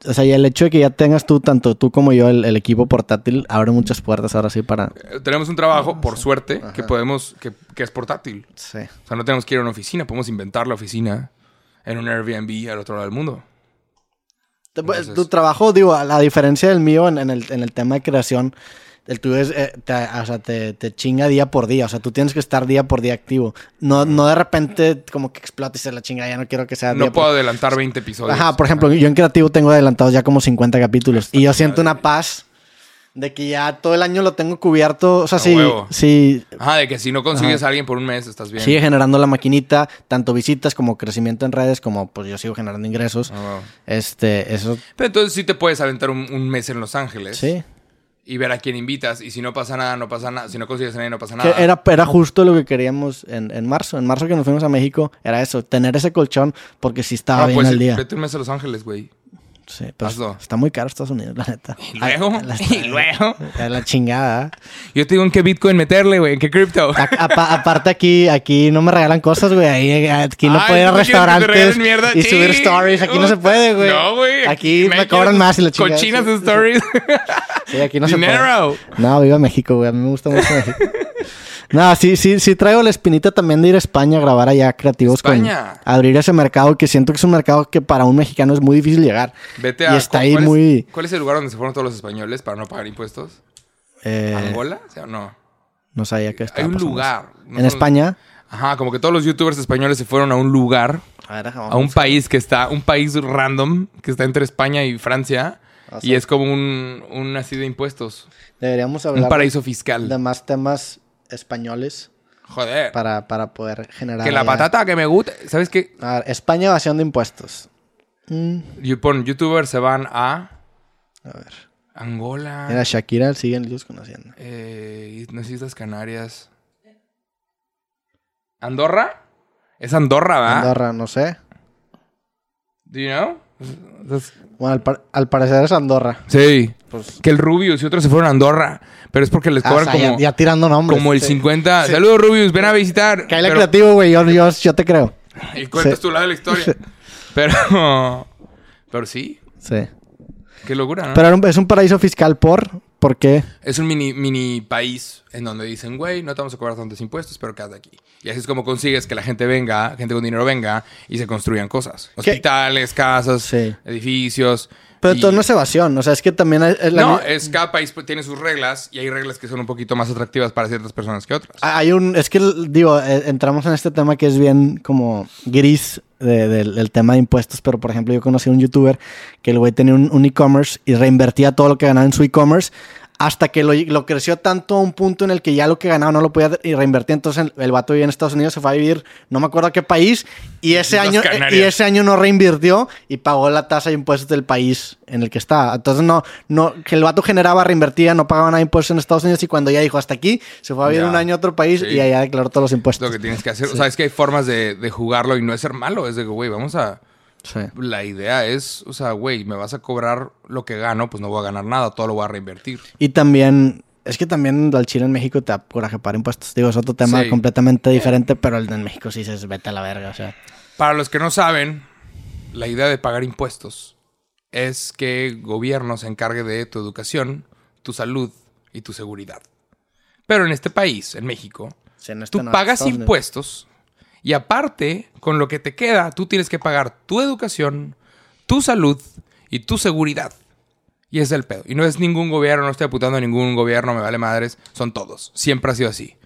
Speaker 1: O sea, y el hecho de que ya tengas tú, tanto tú como yo, el, el equipo portátil, abre muchas puertas ahora sí para...
Speaker 2: Eh, Tenemos un trabajo, por suerte, que podemos. Que, que es portátil.
Speaker 1: Sí.
Speaker 2: O sea, no tenemos que ir a una oficina. Podemos inventar la oficina en un Airbnb al otro lado del mundo.
Speaker 1: Te-
Speaker 2: Entonces-
Speaker 1: tu trabajo, digo, a la diferencia del mío en, en el, en el tema de creación, el tuyo es, eh, te, o sea, te, te chinga día por día. O sea, tú tienes que estar día por día activo. No, no de repente como que explotes y se la chinga, ya no quiero que sea día
Speaker 2: No
Speaker 1: por-
Speaker 2: puedo adelantar 20 episodios.
Speaker 1: pues, Ajá, por ejemplo, yo en creativo tengo adelantados ya como 50 capítulos y yo siento una paz de que ya todo el año lo tengo cubierto. O sea,
Speaker 2: A
Speaker 1: sí,
Speaker 2: huevo.
Speaker 1: sí,
Speaker 2: Ajá, de que si no consigues a alguien por un mes, estás bien.
Speaker 1: sigue generando la maquinita, tanto visitas como crecimiento en redes, como pues yo sigo generando ingresos.
Speaker 2: Ah, wow.
Speaker 1: Este, eso,
Speaker 2: Pero entonces sí te puedes aventar un, un mes en Los Ángeles
Speaker 1: sí.
Speaker 2: y ver a quién invitas. Y si no pasa nada, no pasa nada. Si no consigues a nadie, no pasa
Speaker 1: Que
Speaker 2: nada.
Speaker 1: era, era justo lo que queríamos en, en marzo. En marzo que nos fuimos a México, era eso, tener ese colchón, porque sí estaba
Speaker 2: Ah,
Speaker 1: bien
Speaker 2: pues
Speaker 1: al día.
Speaker 2: vete un mes a Los Ángeles, güey.
Speaker 1: Sí, pero
Speaker 2: hazlo.
Speaker 1: está muy caro Estados Unidos, la neta.
Speaker 2: Y luego,
Speaker 1: A- a la-
Speaker 2: y luego.
Speaker 1: a la chingada. ¿eh?
Speaker 2: Yo te digo en qué Bitcoin meterle, güey, en qué cripto.
Speaker 1: A- apa- aparte aquí, aquí no me regalan cosas, güey. Ahí, Aquí no
Speaker 2: Ay,
Speaker 1: puedo ir a
Speaker 2: ¿tú quieres que te regalen
Speaker 1: restaurantes
Speaker 2: mierda?
Speaker 1: y
Speaker 2: Sí.
Speaker 1: subir stories. Aquí no se
Speaker 2: Puta.
Speaker 1: puede, güey.
Speaker 2: No, güey.
Speaker 1: Aquí me
Speaker 2: México,
Speaker 1: cobran más y la chingada.
Speaker 2: Cochinas
Speaker 1: Sí,
Speaker 2: stories.
Speaker 1: sí, aquí no
Speaker 2: Dinero.
Speaker 1: se puede. No, viva México, güey. A mí me gusta mucho México. No, sí, sí, sí traigo la espinita también de ir a España a grabar allá creativos
Speaker 2: España.
Speaker 1: con abrir ese mercado que siento que es un mercado que para un mexicano es muy difícil llegar.
Speaker 2: Vete
Speaker 1: Y
Speaker 2: a.
Speaker 1: está
Speaker 2: ¿cu-
Speaker 1: ahí
Speaker 2: cuál es-
Speaker 1: muy-
Speaker 2: ¿Cuál es el lugar donde se fueron todos los españoles para no pagar impuestos?
Speaker 1: Eh,
Speaker 2: ¿Angola? O sea, no.
Speaker 1: no sabía qué estaba
Speaker 2: Hay un
Speaker 1: pasando.
Speaker 2: lugar.
Speaker 1: en
Speaker 2: No son-
Speaker 1: España.
Speaker 2: Ajá, como que todos los youtubers españoles se fueron a un lugar,
Speaker 1: A ver,
Speaker 2: a un país que está, un país random que está entre España y Francia.
Speaker 1: Ah, sí.
Speaker 2: Y es como un, un así de impuestos.
Speaker 1: Deberíamos hablar.
Speaker 2: Un
Speaker 1: de-
Speaker 2: paraíso fiscal.
Speaker 1: de más temas españoles
Speaker 2: Joder.
Speaker 1: para, para poder generar.
Speaker 2: Que la
Speaker 1: allá.
Speaker 2: patata que me gusta. ¿Sabes qué?
Speaker 1: A ver, España evasión de impuestos. Mm,
Speaker 2: Yo pon youtubers se van a
Speaker 1: a ver.
Speaker 2: Angola.
Speaker 1: Era Shakira, siguen ellos conociendo.
Speaker 2: Eh, no sé, Islas Canarias. ¿Andorra? Es Andorra, ¿verdad?
Speaker 1: Andorra, no sé.
Speaker 2: Do you know? Entonces-
Speaker 1: Bueno, al, par- al parecer es Andorra.
Speaker 2: Sí.
Speaker 1: Pues,
Speaker 2: Que el Rubius y otros se fueron a Andorra. Pero es porque les
Speaker 1: ah, o
Speaker 2: cobran
Speaker 1: sea,
Speaker 2: como,
Speaker 1: ya, ya tirando nombres.
Speaker 2: como el
Speaker 1: sí.
Speaker 2: 50. Saludos, Rubius, ven a visitar.
Speaker 1: Caile
Speaker 2: Pero-
Speaker 1: creativo, güey. Yo, yo, yo te creo.
Speaker 2: y cuentas
Speaker 1: Sí.
Speaker 2: tu lado de la historia. Pero. Pero sí.
Speaker 1: Sí.
Speaker 2: Qué locura, ¿no?
Speaker 1: Pero era un- es un paraíso fiscal por. ¿Por qué?
Speaker 2: Es un mini, mini país en donde dicen, güey, no te vamos a cobrar tantos impuestos, pero quédate aquí. Y así es como consigues que la gente venga, gente con dinero venga y se construyan cosas. Hospitales, casas,
Speaker 1: Sí.
Speaker 2: edificios.
Speaker 1: Pero
Speaker 2: y-
Speaker 1: todo no es evasión. O sea, es que también. es- es la
Speaker 2: No,
Speaker 1: mi-
Speaker 2: es cada país pues, tiene sus reglas y hay reglas que son un poquito más atractivas para ciertas personas que otras.
Speaker 1: Ah, Hay un, es que digo, eh, entramos en este tema que es bien como gris de- del del tema de impuestos, pero por ejemplo yo conocí a un youtuber que el güey tenía un, un e-commerce y reinvertía todo lo que ganaba en su e-commerce hasta que lo, lo creció tanto a un punto en el que ya lo que ganaba no lo podía y reinvertir. Entonces el, el vato vivía en Estados Unidos, se fue a vivir, no me acuerdo a qué país, y ese,
Speaker 2: Las
Speaker 1: año, eh,
Speaker 2: Canarias.
Speaker 1: y ese año no reinvirtió y pagó la tasa de impuestos del país en el que estaba. Entonces no, no, que el vato generaba, reinvertía, no pagaba nada de impuestos en Estados Unidos y cuando ya dijo hasta aquí, se fue a vivir
Speaker 2: Ya.
Speaker 1: un año a otro país
Speaker 2: Sí.
Speaker 1: y allá declaró todos los
Speaker 2: Es lo
Speaker 1: impuestos.
Speaker 2: que tienes que hacer. O sea, es que hay formas de, de jugarlo y no es ser malo. Es de que, güey, vamos a...
Speaker 1: Sí.
Speaker 2: La idea es, o sea, güey, me vas a cobrar lo que gano, pues no voy a ganar nada, todo lo voy a reinvertir.
Speaker 1: Y también, es que también al Chile en México te da coraje pagar impuestos. Digo, es otro tema
Speaker 2: Sí.
Speaker 1: completamente diferente, pero el de en México sí dices, vete a la verga, o sea.
Speaker 2: Para los que no saben, la idea de pagar impuestos es que el gobierno se encargue de tu educación, tu salud y tu seguridad. Pero en este país, en México,
Speaker 1: si en este
Speaker 2: tú
Speaker 1: no,
Speaker 2: pagas
Speaker 1: Estados Unidos.
Speaker 2: impuestos y aparte, con lo que te queda, tú tienes que pagar tu educación, tu salud y tu seguridad. Y es el pedo. Y no es ningún gobierno, no estoy apuntando a ningún gobierno, me vale madres, son todos. Siempre ha sido así.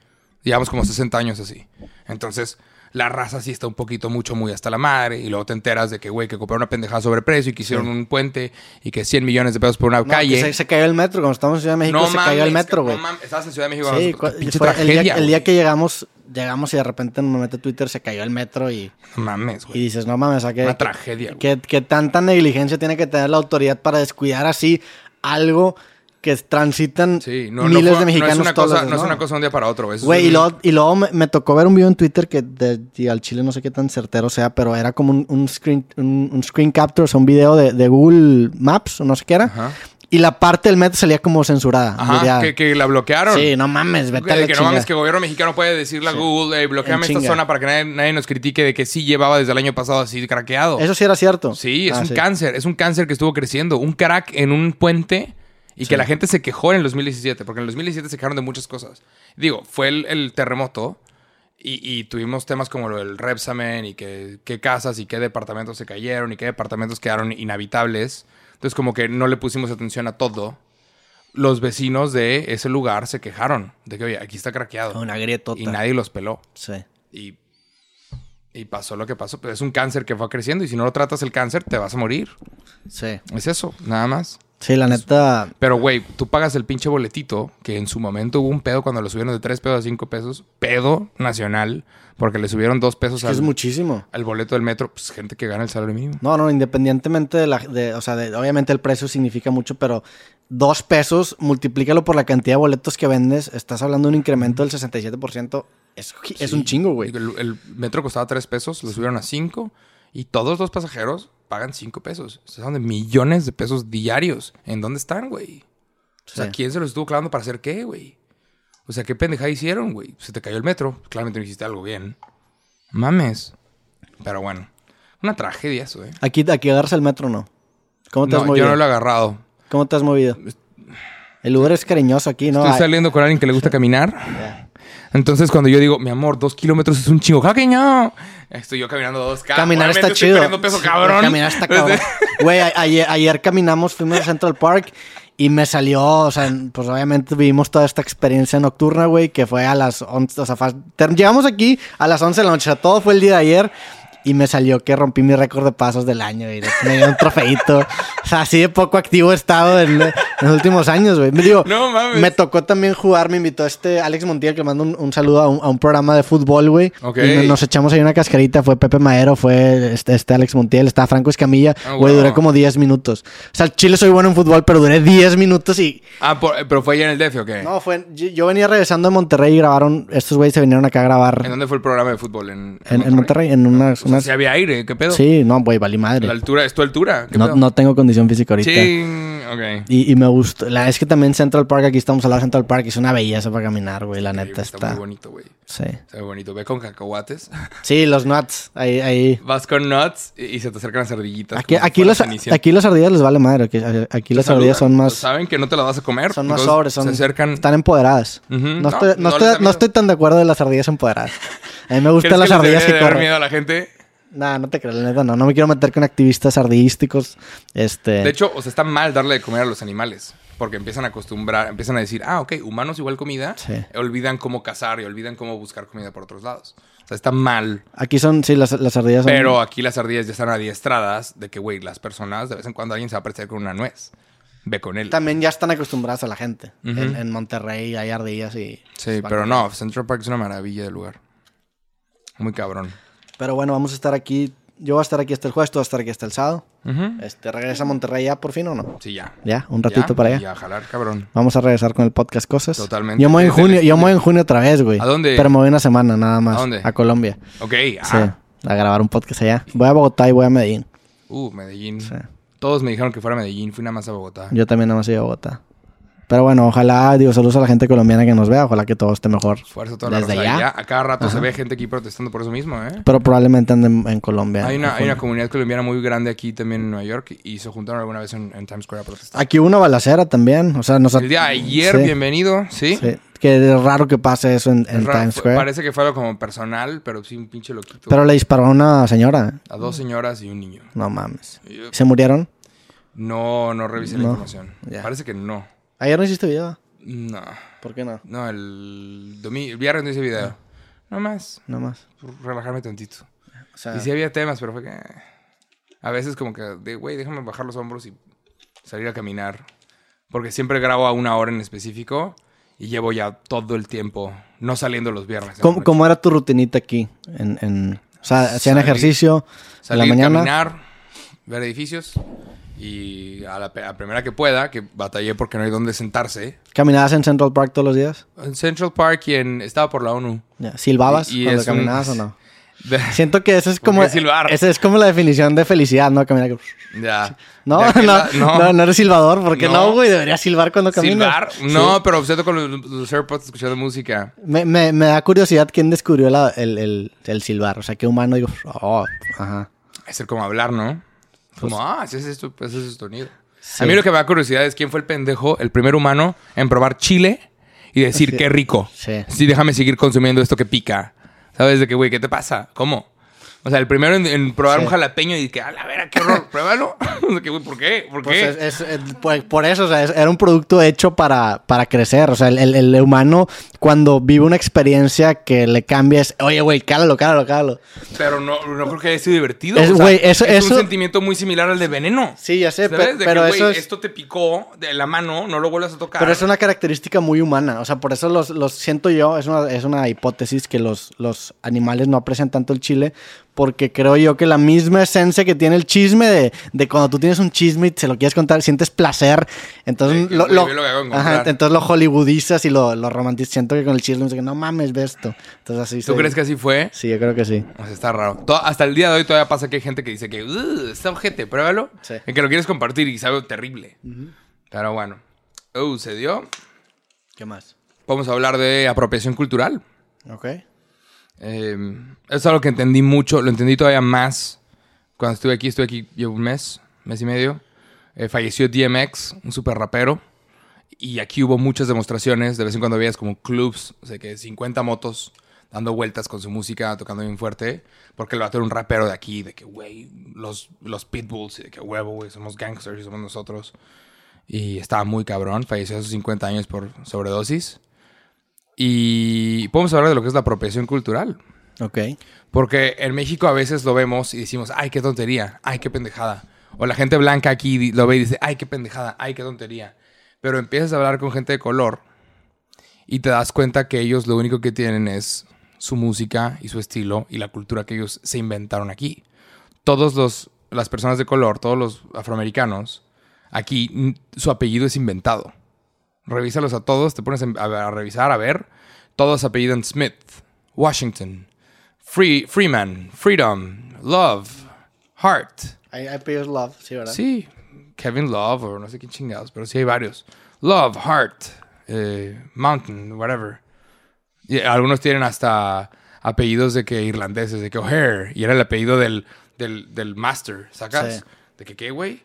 Speaker 2: Llevamos como 60 años así. Entonces, la raza sí está un poquito, mucho, muy hasta la madre. Y luego te enteras de que, güey, que compraron una pendejada sobre precio y que hicieron un puente y que 100 millones de pesos por una
Speaker 1: No,
Speaker 2: calle.
Speaker 1: que Se, se cayó el metro, cuando estábamos en Ciudad de México, se cayó el
Speaker 2: mames,
Speaker 1: metro, güey.
Speaker 2: No mames, estabas en Ciudad de México. cuando
Speaker 1: Sí,
Speaker 2: nosotros-
Speaker 1: cu-
Speaker 2: pinche
Speaker 1: fue el,
Speaker 2: tragedia,
Speaker 1: día, el día
Speaker 2: güey.
Speaker 1: que llegamos, llegamos y de repente me meto a Twitter, se cayó el metro y,
Speaker 2: No mames, güey.
Speaker 1: y dices, no mames, o sea, que-
Speaker 2: Una
Speaker 1: que-
Speaker 2: tragedia, güey.
Speaker 1: que, que tanta negligencia tiene que tener la autoridad para descuidar así algo que transitan
Speaker 2: Sí, no, no
Speaker 1: miles
Speaker 2: fue-
Speaker 1: de mexicanos
Speaker 2: no es una
Speaker 1: todos los
Speaker 2: cosa,
Speaker 1: días,
Speaker 2: no es
Speaker 1: ¿no?
Speaker 2: una cosa de un día para otro, güey. Eso
Speaker 1: Güey,
Speaker 2: es
Speaker 1: y
Speaker 2: un-
Speaker 1: luego, y luego me, me tocó ver un video en Twitter que de- de al chile no sé qué tan certero sea, pero era como un, un screen, un, un screen capture, o sea, un video de, de Google Maps o no sé qué era.
Speaker 2: Ajá.
Speaker 1: Y la parte del metro salía como censurada.
Speaker 2: Ajá,
Speaker 1: muteada.
Speaker 2: que, que la bloquearon.
Speaker 1: pues Sí, no mames, vete a la
Speaker 2: Que, que no
Speaker 1: chingada.
Speaker 2: mames, que el gobierno mexicano puede decirle a Google, eh, bloqueame
Speaker 1: En
Speaker 2: esta
Speaker 1: chinga.
Speaker 2: zona para que nadie, nadie nos critique de que sí llevaba desde el año pasado así craqueado.
Speaker 1: Eso sí era cierto.
Speaker 2: Sí, es
Speaker 1: Ah,
Speaker 2: un cáncer, es un cáncer que estuvo creciendo, un crack en un puente y que la gente se quejó en el 2017, porque en el 2017 se quejaron de muchas cosas. Digo, fue el, el terremoto y, y tuvimos temas como lo del Repsamen y que, qué casas y qué departamentos se cayeron y qué departamentos quedaron inhabitables. Entonces, como que no le pusimos atención a todo. Los vecinos de ese lugar se quejaron de que, oye, aquí está craqueado.
Speaker 1: Una grietota.
Speaker 2: Y nadie los peló.
Speaker 1: Sí.
Speaker 2: Y, y pasó lo que pasó. Pues es un cáncer que fue creciendo y si no lo tratas el cáncer, te vas a morir.
Speaker 1: Sí.
Speaker 2: Es eso, nada más.
Speaker 1: Sí, la neta.
Speaker 2: Pero, güey, tú pagas el pinche boletito, que en su momento hubo un pedo cuando lo subieron de 3 pesos a 5 pesos, pedo nacional, porque le subieron 2 pesos
Speaker 1: Es que es
Speaker 2: al,
Speaker 1: muchísimo.
Speaker 2: al boleto del metro, pues gente que gana el salario mínimo.
Speaker 1: No, no, independientemente de la. de- o sea, de- obviamente el precio significa mucho, pero dos pesos, multiplícalo por la cantidad de boletos que vendes. Estás hablando de un incremento del 67%. Es, gi- es un chingo, güey.
Speaker 2: El, el metro costaba 3 pesos, lo subieron a 5 y todos los pasajeros pagan 5 pesos. Estás hablando de millones de pesos diarios. ¿En dónde están, güey? O sea,
Speaker 1: Sí.
Speaker 2: ¿quién se los estuvo clavando para hacer qué, güey? O sea, ¿qué pendejada hicieron, güey? Se te cayó el metro. Claramente no hiciste algo bien. Mames. Pero bueno, una tragedia eso, ¿eh?
Speaker 1: Aquí, aquí agarras el metro, ¿no? ¿Cómo te has
Speaker 2: No,
Speaker 1: movido?
Speaker 2: yo no lo he agarrado.
Speaker 1: ¿Cómo te has movido? El lugar es cariñoso aquí, ¿no?
Speaker 2: Estoy
Speaker 1: Ay,
Speaker 2: saliendo con alguien que le gusta caminar.
Speaker 1: ya.
Speaker 2: Entonces, cuando yo digo, mi amor, dos kilómetros es un chingo, ¡jaqueño! Estoy yo caminando dos ca-
Speaker 1: Caminar está
Speaker 2: Obviamente estoy
Speaker 1: chido.
Speaker 2: perdiendo peso,
Speaker 1: Sí,
Speaker 2: cabrón.
Speaker 1: Caminar está cabrón. Güey, a- ayer, ayer caminamos, fuimos a Central Park y me salió, o sea, pues obviamente vivimos toda esta experiencia nocturna, güey, que fue a las 11, o sea, fue- ter- llegamos aquí a las 11 de la noche, o sea, todo fue el día de ayer. Y me salió que rompí mi récord de pasos del año y me dio un trofeito. O sea, así de poco activo he estado en, en los últimos años, güey. Me digo,
Speaker 2: No mames.
Speaker 1: me tocó también jugar, me invitó este Alex Montiel, que le mando un, un saludo a un, a un programa de fútbol, güey.
Speaker 2: Ok.
Speaker 1: Y no- nos echamos ahí una cascarita, fue Pepe Madero, fue este, este Alex Montiel, estaba Franco Escamilla,
Speaker 2: Ah,
Speaker 1: güey,
Speaker 2: wow.
Speaker 1: duré como 10 minutos. O sea, al Chile soy bueno en fútbol, pero duré 10 minutos y...
Speaker 2: Ah, por- pero fue allá en el DF, ¿o qué?
Speaker 1: No, fue, yo, yo venía regresando de Monterrey y grabaron, estos güeyes se vinieron acá a grabar
Speaker 2: ¿En
Speaker 1: en,
Speaker 2: dónde fue el programa de fútbol? ¿En,
Speaker 1: en Monterrey, en unas...
Speaker 2: O sea,
Speaker 1: unas-
Speaker 2: si había aire, ¿qué pedo?
Speaker 1: sí, no, güey, valí
Speaker 2: La
Speaker 1: madre.
Speaker 2: altura, es tu altura. ¿Qué
Speaker 1: No,
Speaker 2: pedo?
Speaker 1: no tengo condición física ahorita.
Speaker 2: Sí, ok.
Speaker 1: Y, y me gustó. La es que también Central Park, aquí estamos al lado de Central Park, es una belleza para caminar, güey, la
Speaker 2: Sí,
Speaker 1: neta
Speaker 2: está,
Speaker 1: está.
Speaker 2: muy bonito, güey.
Speaker 1: Sí.
Speaker 2: Está muy bonito. Ve con cacahuates,
Speaker 1: Sí, los nuts, ahí, ahí.
Speaker 2: vas con nuts y, y se te acercan las ardillitas.
Speaker 1: Aquí,
Speaker 2: como si
Speaker 1: aquí,
Speaker 2: fueras
Speaker 1: los,
Speaker 2: Cenicienta.
Speaker 1: aquí las ardillas les vale madre. Aquí, aquí las ardillas son
Speaker 2: Saludan.
Speaker 1: más.
Speaker 2: Saben que no te las vas a comer.
Speaker 1: Son más
Speaker 2: entonces
Speaker 1: sobres, son,
Speaker 2: Se acercan.
Speaker 1: están empoderadas.
Speaker 2: Ujú.
Speaker 1: no,
Speaker 2: No,
Speaker 1: estoy, no
Speaker 2: no
Speaker 1: estoy-
Speaker 2: les da
Speaker 1: no
Speaker 2: miedo.
Speaker 1: estoy tan de acuerdo de las ardillas empoderadas. A mí me
Speaker 2: ¿Crees
Speaker 1: gustan las
Speaker 2: les
Speaker 1: ardillas
Speaker 2: debería
Speaker 1: que
Speaker 2: de dar
Speaker 1: corren.
Speaker 2: miedo a la gente?
Speaker 1: Nah, no te creo, la neta, no. No me quiero meter con activistas ardillísticos. Este,
Speaker 2: De hecho, o sea, está mal darle de comer a los animales. Porque empiezan a acostumbrar, empiezan a decir, ah, ok, humanos igual comida.
Speaker 1: Sí.
Speaker 2: y Olvidan cómo cazar y olvidan cómo buscar comida por otros lados. O sea, está mal.
Speaker 1: aquí son, sí, las, las ardillas son.
Speaker 2: Pero aquí las ardillas ya están adiestradas de que, güey, las personas de vez en cuando alguien se va a aparecer con una nuez. Ve con él.
Speaker 1: También ya están acostumbradas a la gente.
Speaker 2: Ujú.
Speaker 1: en, en Monterrey hay ardillas y.
Speaker 2: Sí, pero no, Central Park es una maravilla de lugar. Muy cabrón.
Speaker 1: Pero bueno, vamos a estar aquí. Yo voy a estar aquí hasta el jueves, tú vas a estar aquí hasta el sábado.
Speaker 2: Ujú.
Speaker 1: Este, ¿Regresa a Monterrey ya por fin o no?
Speaker 2: Sí, ya.
Speaker 1: Ya, un ratito para allá.
Speaker 2: Y a jalar, cabrón.
Speaker 1: Vamos a regresar con el podcast Cosas.
Speaker 2: Totalmente.
Speaker 1: Yo me voy en
Speaker 2: Desde el
Speaker 1: junio, yo me voy en junio otra vez, güey.
Speaker 2: ¿A dónde?
Speaker 1: Pero me voy una semana nada más.
Speaker 2: ¿A dónde?
Speaker 1: A Colombia.
Speaker 2: Ok, ah.
Speaker 1: Sí. A grabar un podcast allá. Voy a Bogotá y voy a Medellín.
Speaker 2: Uh, Medellín. Todos me dijeron que fuera a Medellín, fui nada más a Bogotá.
Speaker 1: Yo también nada más he ido a Bogotá. Pero bueno, ojalá, digo, saludos a la gente colombiana que nos vea. Ojalá que todo esté mejor.
Speaker 2: Fuerza toda la
Speaker 1: Desde
Speaker 2: raza.
Speaker 1: allá.
Speaker 2: Ya, a cada rato se ve gente aquí protestando por eso mismo, ¿eh?
Speaker 1: Pero probablemente anden en Colombia.
Speaker 2: Hay una,
Speaker 1: en
Speaker 2: hay una
Speaker 1: junio.
Speaker 2: comunidad colombiana muy grande aquí también en Nueva York y se juntaron alguna vez en, en Times Square a protestar.
Speaker 1: Aquí hubo una balacera también. O sea, nos...
Speaker 2: El día de ayer,
Speaker 1: Sí,
Speaker 2: bienvenido, ¿sí?
Speaker 1: sí. Que es raro que pase eso en, en
Speaker 2: Es raro,
Speaker 1: Times
Speaker 2: fue-
Speaker 1: Square.
Speaker 2: Parece que fue algo como personal, pero sí un pinche loquito.
Speaker 1: Pero le disparó a una señora.
Speaker 2: A dos señoras y un niño.
Speaker 1: No mames.
Speaker 2: Y yo-
Speaker 1: ¿Se murieron?
Speaker 2: No, no revisé la
Speaker 1: No,
Speaker 2: información.
Speaker 1: ya.
Speaker 2: Parece que no.
Speaker 1: Ayer no hiciste video.
Speaker 2: No.
Speaker 1: ¿Por qué no?
Speaker 2: No, el, domi- el viernes no hice
Speaker 1: Ah.
Speaker 2: video. Nomás,
Speaker 1: No más.
Speaker 2: relajarme tantito.
Speaker 1: O sea,
Speaker 2: Y sí había temas, pero fue que... eh, A veces como que, de, güey, déjame bajar los hombros y salir a caminar. Porque siempre grabo a una hora en específico y llevo ya todo el tiempo, no saliendo los viernes. ¿eh? en la
Speaker 1: ¿Cómo,
Speaker 2: noche.
Speaker 1: cómo era tu rutinita aquí? En, en- o sea, hacían
Speaker 2: Salir-
Speaker 1: ejercicio en
Speaker 2: Salir,
Speaker 1: la mañana.
Speaker 2: caminar, ver edificios y a la pe- a primera que pueda, que batallé porque no hay dónde sentarse,
Speaker 1: ¿Caminabas en Central Park todos los días?
Speaker 2: en Central Park y en, estaba por la ONU.
Speaker 1: Ya, ¿Silbabas
Speaker 2: Y- y
Speaker 1: cuando
Speaker 2: es un-
Speaker 1: caminabas o no?
Speaker 2: De-
Speaker 1: Siento que eso es
Speaker 2: ¿Por qué
Speaker 1: como
Speaker 2: silbar?
Speaker 1: esa es como la definición de felicidad, ¿no? Caminar que-
Speaker 2: ya.
Speaker 1: No,
Speaker 2: De
Speaker 1: no,
Speaker 2: aquel la-
Speaker 1: no, no eres silbador, porque
Speaker 2: No.
Speaker 1: no, güey, deberías silbar cuando
Speaker 2: Silbar,
Speaker 1: caminas.
Speaker 2: no,
Speaker 1: Sí.
Speaker 2: pero obseto con los, los AirPods escuchando música.
Speaker 1: Me, me- me da curiosidad quién descubrió la- el, el- el silbar. O sea, qué humano digo, oh, ajá.
Speaker 2: Es el como hablar, ¿no? Como, ah, ese es esto, ese es esto sonido.
Speaker 1: Pues Sí.
Speaker 2: A mí lo que me da curiosidad es quién fue el pendejo, el primer humano en probar chile y decir,
Speaker 1: Sí.
Speaker 2: qué rico.
Speaker 1: Sí.
Speaker 2: Sí, déjame seguir consumiendo esto que pica. ¿Sabes de qué, güey? ¿Qué te pasa? ¿Cómo? O sea, el primero en, en probar
Speaker 1: Sí.
Speaker 2: un jalapeño y que, a la vera, qué horror, pruébalo. O sea, que, güey, ¿por qué? ¿Por
Speaker 1: Pues
Speaker 2: qué?
Speaker 1: es- es- es- pues, por eso, o sea, es- era un producto hecho para, para crecer. O sea, el, el- el humano cuando vive una experiencia que le cambia es, oye, güey, cálalo, cálalo, cálalo.
Speaker 2: Pero no, no creo que haya sido divertido.
Speaker 1: Es-
Speaker 2: o sea,
Speaker 1: güey, eso-
Speaker 2: es
Speaker 1: eso-
Speaker 2: un sentimiento muy similar al de veneno.
Speaker 1: Sí, ya sé,
Speaker 2: ¿Sabes?
Speaker 1: pe-
Speaker 2: De que,
Speaker 1: pero
Speaker 2: güey,
Speaker 1: eso es-
Speaker 2: esto te picó de la mano, no lo vuelvas a tocar.
Speaker 1: Pero es una característica muy humana. O sea, por eso los, los siento yo, es una, es una hipótesis que los, los animales no aprecian tanto el chile, porque creo yo que la misma esencia que tiene el chisme de, de cuando tú tienes un chisme y se lo quieres contar, sientes placer. Entonces,
Speaker 2: Sí, que,
Speaker 1: lo,
Speaker 2: güey,
Speaker 1: lo-
Speaker 2: ve lo que acabo de
Speaker 1: Ajá,
Speaker 2: encontrar.
Speaker 1: entonces lo hollywoodizas y lo, lo romantizas. Siento que con el chisme, que no mames, ve esto. Entonces, así
Speaker 2: ¿Tú
Speaker 1: se-
Speaker 2: crees que así fue?
Speaker 1: Sí, yo creo que sí.
Speaker 2: O sea, está raro. To- hasta el día de hoy todavía pasa que hay gente que dice que "Uh, está ojete, pruébalo.
Speaker 1: Sí.
Speaker 2: Y que lo quieres compartir y sabe terrible. Pero bueno. Uh, se dio.
Speaker 1: ¿Qué más?
Speaker 2: Vamos a hablar de apropiación cultural.
Speaker 1: Ok.
Speaker 2: Eh, eso es algo que entendí mucho, lo entendí todavía más cuando estuve aquí. Estuve aquí llevo un mes, mes y medio. Eh, falleció DMX, un super rapero. Y aquí hubo muchas demostraciones. De vez en cuando veías como clubs, o sea, que 50 motos dando vueltas con su música, tocando bien fuerte. Porque el vato era un rapero de aquí, de que, güey, los, los pitbulls, y de que huevo, güey, somos gangsters y somos nosotros. Y estaba muy cabrón. Falleció a sus 50 años por sobredosis. Y podemos hablar de lo que es la apropiación cultural.
Speaker 1: Ok.
Speaker 2: Porque en México a veces lo vemos y decimos, ay, qué tontería, ay, qué pendejada. O la gente blanca aquí di- lo ve y dice, ay, qué pendejada, ay, qué tontería. Pero empiezas a hablar con gente de color y te das cuenta que ellos lo único que tienen es su música y su estilo y la cultura que ellos se inventaron aquí. Todos los las personas de color, todos los afroamericanos, aquí mm, su apellido es inventado. Revísalos a todos, te pones a, a revisar, a ver. Todos apellidan Smith, Washington, Free, Freeman, Freedom, Love, Heart.
Speaker 1: I, I pay your love, sí, ¿verdad?
Speaker 2: Sí, Kevin Love o no sé quién chingados, pero sí hay varios. Love, Heart, eh, Mountain, whatever. Y algunos tienen hasta apellidos de que irlandeses, de que O'Hare, y era el apellido del, del, del master, ¿sacas?
Speaker 1: Sí.
Speaker 2: De que, ¿qué, güey?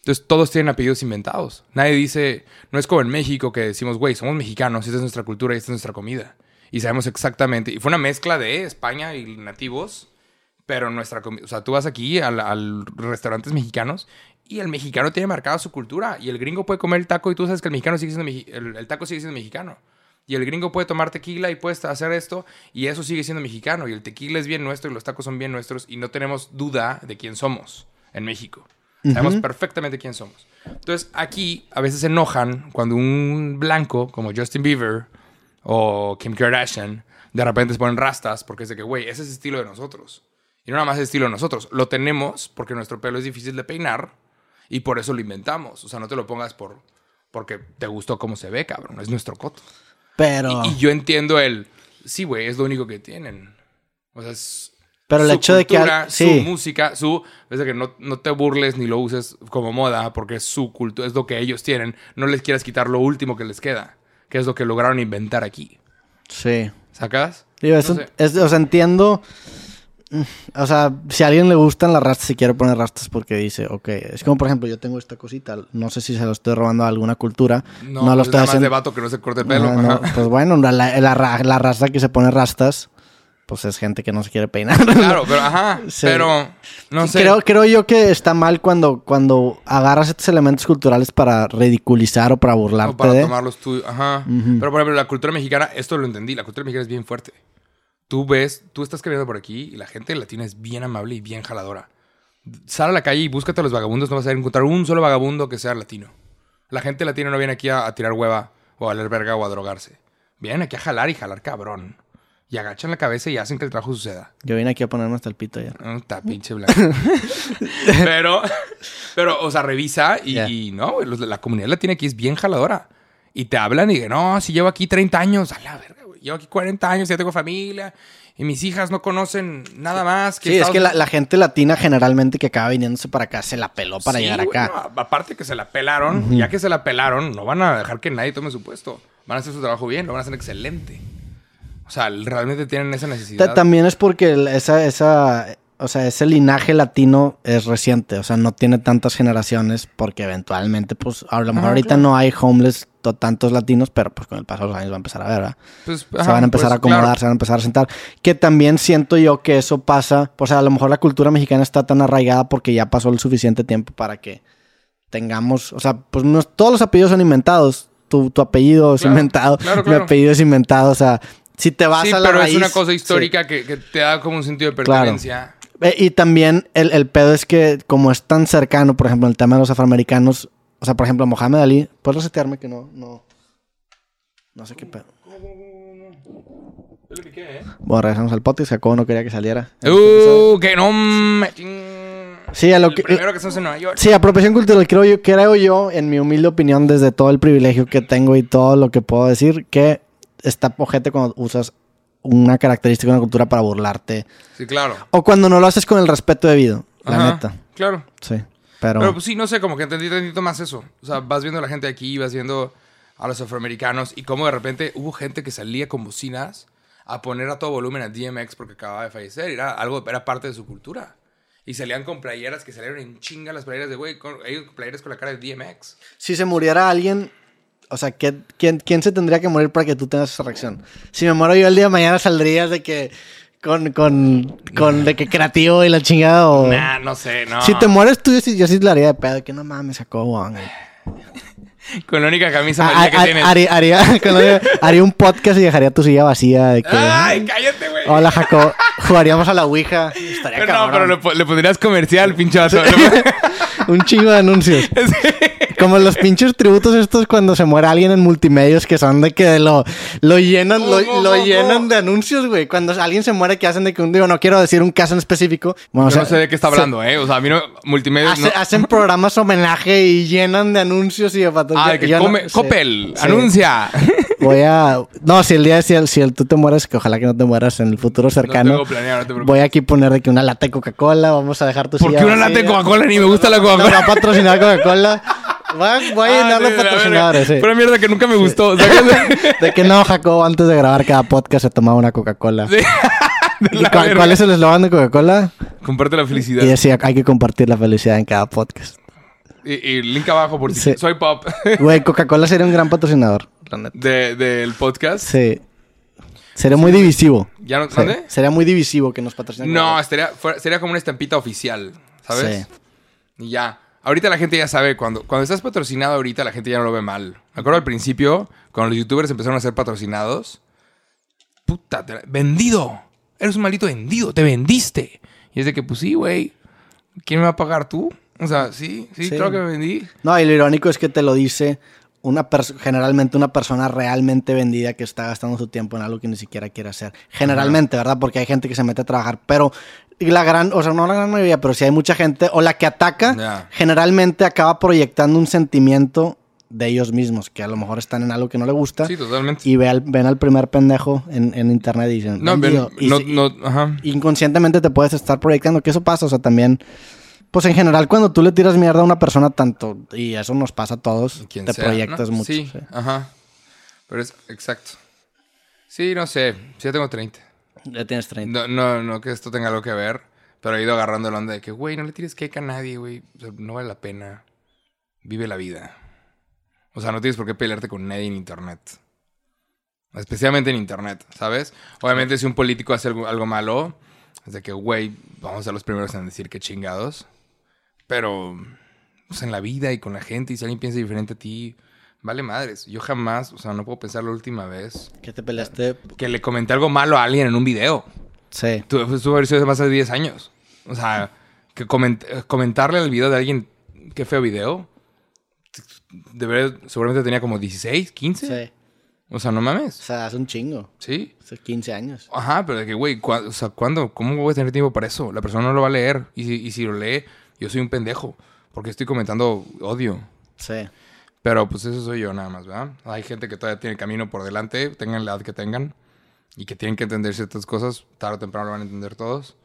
Speaker 2: Entonces todos tienen apellidos inventados. Nadie dice, no es como en México que decimos, güey, somos mexicanos, esta es nuestra cultura y esta es nuestra comida. Y sabemos exactamente. Y fue una mezcla de España y nativos, pero nuestra comida. O sea, tú vas aquí al, al restaurantes mexicanos y el mexicano tiene marcada su cultura. Y el gringo puede comer el taco y tú sabes que el mexicano sigue siendo meji- el, el taco sigue siendo mexicano. Y el gringo puede tomar tequila y puede hacer esto y eso sigue siendo mexicano. Y el tequila es bien nuestro y los tacos son bien nuestros y no tenemos duda de quién somos en México. Sabemos perfectamente quién somos. Entonces, aquí a veces se enojan cuando un blanco como Justin Bieber o Kim Kardashian de repente se ponen rastas porque es de que, güey, ese es el estilo de nosotros. Y no nada más es estilo de nosotros. Lo tenemos porque nuestro pelo es difícil de peinar y por eso lo inventamos. O sea, no te lo pongas por porque te gustó cómo se ve, cabrón. Es nuestro coto.
Speaker 1: Pero...
Speaker 2: Y, y yo entiendo el, sí, güey, es lo único que tienen. O sea, es.
Speaker 1: Pero el
Speaker 2: su
Speaker 1: hecho de que al-
Speaker 2: cultura,
Speaker 1: sí.
Speaker 2: Su música, su. Es de que no, no te burles ni lo uses como moda, porque es su cultura, es lo que ellos tienen. No les quieras quitar lo último que les queda, que es lo que lograron inventar aquí.
Speaker 1: Sí.
Speaker 2: ¿Sacas?
Speaker 1: Digo,
Speaker 2: No
Speaker 1: es un-
Speaker 2: sé.
Speaker 1: es- o sea, entiendo. mm, O sea, si a alguien le gustan las rastas y quiere poner rastas porque dice, ok, es como por ejemplo, yo tengo esta cosita, no sé si se lo estoy robando a alguna cultura, no,
Speaker 2: No, pues
Speaker 1: lo estoy
Speaker 2: es nada más de
Speaker 1: haciendo.
Speaker 2: vato que no se corte el pelo.
Speaker 1: Ajá, no,
Speaker 2: ajá.
Speaker 1: pues bueno, la, la, la ra- la raza que se pone rastas, pues es gente que no se quiere peinar.
Speaker 2: Claro, pero ajá.
Speaker 1: Sí.
Speaker 2: Pero no sé.
Speaker 1: creo, creo yo que está mal cuando, cuando agarras estos elementos culturales para ridiculizar o para burlarte
Speaker 2: O para
Speaker 1: de.
Speaker 2: tomar los tuyos. Ajá. Pero por ejemplo, la cultura mexicana, esto lo entendí, la cultura mexicana es bien fuerte. Tú ves, tú estás caminando por aquí y la gente latina es bien amable y bien jaladora. Sal a la calle y búscate a los vagabundos, no vas a encontrar un solo vagabundo que sea latino. La gente latina no viene aquí a, a tirar hueva o a la verga o a drogarse. Vienen aquí a jalar y jalar cabrón. Y agachan la cabeza y hacen que el trabajo suceda.
Speaker 1: Yo vine aquí a ponerme hasta el pito ya.
Speaker 2: Ah, Está pinche blanco. pero, pero, o sea, revisa y,
Speaker 1: Ya.
Speaker 2: y no, güey, los de la comunidad latina aquí es bien jaladora. Y te hablan y que no, si llevo aquí 30 años, a la verga, güey. Llevo aquí 40 años, ya tengo familia y mis hijas no conocen nada más.
Speaker 1: Sí, es
Speaker 2: Estados-
Speaker 1: que la, la gente latina generalmente que acaba viniéndose para acá se la peló para
Speaker 2: Sí,
Speaker 1: llegar
Speaker 2: güey,
Speaker 1: acá.
Speaker 2: no, a- aparte que se la pelaron, ya que se la pelaron, no van a dejar que nadie tome su puesto. Van a hacer su trabajo bien, lo van a hacer excelente. O sea, realmente tienen esa
Speaker 1: Ta-
Speaker 2: necesidad.
Speaker 1: También es porque el- esa, esa, o sea, ese linaje latino es
Speaker 2: Ah,
Speaker 1: reciente, o sea, no tiene tantas generaciones porque eventualmente, pues, a lo mejor ahorita no hay homeless to- tantos latinos, pero pues con el paso de los años va a empezar a ver, ¿verdad?
Speaker 2: Pues,
Speaker 1: se
Speaker 2: ajá,
Speaker 1: van a empezar
Speaker 2: pues,
Speaker 1: a acomodar,
Speaker 2: claro.
Speaker 1: se van a empezar a sentar. Que también siento yo que eso pasa, o sea, a lo mejor la cultura mexicana está tan arraigada porque ya pasó el suficiente tiempo para que tengamos, o sea, pues no- todos los apellidos son inventados, tu, tu apellido es
Speaker 2: Claro,
Speaker 1: inventado,
Speaker 2: claro,
Speaker 1: mi
Speaker 2: claro.
Speaker 1: apellido es inventado, o sea, si te vas
Speaker 2: Sí,
Speaker 1: a la
Speaker 2: pero
Speaker 1: raíz,
Speaker 2: es una cosa
Speaker 1: sí.
Speaker 2: histórica que, que te da como un sentido de
Speaker 1: Claro.
Speaker 2: pertenencia.
Speaker 1: Eh, Y también el, el pedo es que como es tan cercano, por ejemplo, el tema de los afroamericanos, o sea, por ejemplo, Mohamed Ali, puedes resetearme que no, no, no sé qué pedo. Bueno, regresamos al podcast, que como no quería que saliera.
Speaker 2: ¿eh? Uh, que no. me- ching.
Speaker 1: Sí, a lo
Speaker 2: El
Speaker 1: que-
Speaker 2: Primero que estamos en Nueva York.
Speaker 1: Sí, apropiación cultural, creo yo, creo yo, en mi humilde opinión, desde todo el privilegio que tengo y todo lo que puedo decir, que está pojete cuando usas una característica de una cultura para burlarte.
Speaker 2: Sí, claro.
Speaker 1: O cuando no lo haces con el respeto debido, la
Speaker 2: Ajá,
Speaker 1: neta.
Speaker 2: Claro.
Speaker 1: Sí, pero...
Speaker 2: Pero pues sí, no sé, como que entendí tantito más eso. O sea, vas viendo a la gente de aquí, vas viendo a los afroamericanos y cómo de repente hubo gente que salía con bocinas a poner a todo volumen a DMX porque acababa de fallecer. Era algo, era parte de su cultura. Y salían con playeras que salieron en chinga las playeras de güey, con, ellos con playeras con la cara de DMX.
Speaker 1: Si se muriera alguien, o sea, ¿qué- quién, quién se tendría que morir para que tú tengas esa reacción? Si me muero yo el día de mañana, ¿saldrías de que... con... con... con de que creativo y la chingada o...?
Speaker 2: Nah, no sé, no.
Speaker 1: Si te mueres tú, yo sí, yo sí le haría de pedo, que no mames, sacó, weón.
Speaker 2: Con la única camisa
Speaker 1: Ah,
Speaker 2: amarilla que
Speaker 1: ah,
Speaker 2: tienes.
Speaker 1: haría, haría- cuando yo- haría un podcast y dejaría tu silla vacía de que.
Speaker 2: ¡Ay, cállate, güey!
Speaker 1: Hola, Jacob. Jugaríamos a la Ouija. Estaría
Speaker 2: no,
Speaker 1: cabrón.
Speaker 2: pero le, po- le pondrías comercial, pinchazo.
Speaker 1: Un chingo de anuncios. Como los pinches tributos estos cuando se muere alguien en multimedios que son de que lo, lo llenan, lo,
Speaker 2: ¿Cómo,
Speaker 1: lo
Speaker 2: cómo?
Speaker 1: llenan de anuncios, güey. Cuando alguien se muere que hacen de que un digo, no quiero decir un caso en específico. Bueno, o
Speaker 2: Yo
Speaker 1: sea, Ah,
Speaker 2: no sé de qué está
Speaker 1: se-
Speaker 2: hablando, ¿eh? O sea, a mí no, multimedia...
Speaker 1: hace-
Speaker 2: no-
Speaker 1: Hacen programas homenaje y llenan de anuncios y de patas.
Speaker 2: Ah,
Speaker 1: Yo-
Speaker 2: de que
Speaker 1: yo no-
Speaker 2: come...
Speaker 1: sí.
Speaker 2: Coppel,
Speaker 1: Sí.
Speaker 2: anuncia.
Speaker 1: Voy a. No, si el día si el, si el tú te mueras, que ojalá que no te mueras en el futuro cercano.
Speaker 2: tengo planeado, no te preocupes.
Speaker 1: voy aquí a poner de que una lata de Coca-Cola, vamos a dejar tu
Speaker 2: ¿Por
Speaker 1: silla
Speaker 2: qué una
Speaker 1: vacía.
Speaker 2: lata de Coca-Cola? Ni me gusta la
Speaker 1: Nos va
Speaker 2: Coca-Cola.
Speaker 1: a patrocinar Coca-Cola. Va- voy a llenar
Speaker 2: Ah,
Speaker 1: los
Speaker 2: sí, de la verga.
Speaker 1: patrocinadores, sí.
Speaker 2: Pura mierda que nunca me gustó. ¿sacas?
Speaker 1: De que no, Jacob, antes de grabar cada podcast se tomaba una Coca-Cola.
Speaker 2: Sí. De
Speaker 1: ¿Y
Speaker 2: la
Speaker 1: cuál,
Speaker 2: verga.
Speaker 1: cuál es el eslogan de Coca-Cola?
Speaker 2: Comparte la felicidad.
Speaker 1: Y decía, hay que compartir la felicidad en cada podcast.
Speaker 2: Y, y link abajo por si...
Speaker 1: Sí.
Speaker 2: Soy pop.
Speaker 1: Güey, Coca-Cola sería un gran patrocinador. la neta.
Speaker 2: De- Del podcast.
Speaker 1: Sí. Sería muy divisivo.
Speaker 2: ¿Ya no...
Speaker 1: Sí.
Speaker 2: ¿Dónde?
Speaker 1: Sería muy divisivo que nos patrocinen.
Speaker 2: No, estaría, fuera- sería como una estampita oficial, ¿sabes?
Speaker 1: Sí.
Speaker 2: Y ya. Ahorita la gente ya sabe, cuando, cuando estás patrocinado ahorita la gente ya no lo ve mal. Me acuerdo al principio, cuando los youtubers empezaron a ser patrocinados. Puta, te- vendido. Eres un maldito vendido, te vendiste. Y es de que, pues sí, güey. ¿Quién me va a pagar tú? O sea, sí, sí,
Speaker 1: Sí.
Speaker 2: creo que me vendí.
Speaker 1: No, y lo irónico es que te lo dice una perso- generalmente una persona realmente vendida que está gastando su tiempo en algo que ni siquiera quiere hacer. Generalmente, ¿verdad? Porque hay gente que se mete a trabajar, pero y la gran, o sea, no la gran mayoría, pero si hay mucha gente o la que ataca,
Speaker 2: Ya.
Speaker 1: generalmente acaba proyectando un sentimiento de ellos mismos, que a lo mejor están en algo que no le gusta
Speaker 2: Sí, totalmente.
Speaker 1: y ve al- ven al primer pendejo en, en internet y dicen,
Speaker 2: no,
Speaker 1: "Vendido".
Speaker 2: ven-
Speaker 1: Y
Speaker 2: no,
Speaker 1: se-
Speaker 2: no, ajá.
Speaker 1: inconscientemente te puedes estar proyectando, que eso pasa, o sea, también, pues en general cuando tú le tiras mierda a una persona tanto, y eso nos pasa a todos,
Speaker 2: quien
Speaker 1: te
Speaker 2: sea,
Speaker 1: proyectas
Speaker 2: ¿no?
Speaker 1: mucho.
Speaker 2: Sí,
Speaker 1: sí.
Speaker 2: ajá. Pero es exacto. Sí, no sé. Sí, ya tengo 30.
Speaker 1: Ya tienes 30.
Speaker 2: No, no, no que esto tenga algo que ver, pero he ido agarrando la onda de que, güey, no le tires cake a nadie, güey. O sea, no vale la pena. Vive la vida. O sea, no tienes por qué pelearte con nadie en internet. Especialmente en internet, ¿sabes? Obviamente si un político hace algo, algo malo, es de que, güey, vamos a ser los primeros en decir que chingados. Pero, pues en la vida y con la gente, y si alguien piensa diferente a ti, vale madres. Yo jamás, o sea, no puedo pensar la última vez
Speaker 1: Que te peleaste.
Speaker 2: que le comenté algo malo a alguien en un video.
Speaker 1: Sí.
Speaker 2: Tu- Fue su versión de más de 10 años. O sea, que coment- eh, comentarle el video de alguien, qué feo video. De ver, seguramente tenía como 16, 15.
Speaker 1: Sí.
Speaker 2: O sea, no
Speaker 1: O
Speaker 2: mames.
Speaker 1: sea, hace un chingo.
Speaker 2: Sí.
Speaker 1: Hace 15 años.
Speaker 2: Ajá, pero de que, güey, cua- o sea, ¿cuándo? ¿Cómo voy a tener tiempo para eso? La persona no lo va a leer. Y si, y si lo lee, yo soy un pendejo. Porque estoy comentando odio.
Speaker 1: Sí.
Speaker 2: Pero pues eso soy yo nada más, ¿verdad? Hay gente que todavía tiene camino por delante, tengan la edad que tengan, y que tienen que entender ciertas cosas, tarde o temprano lo van a entender todos.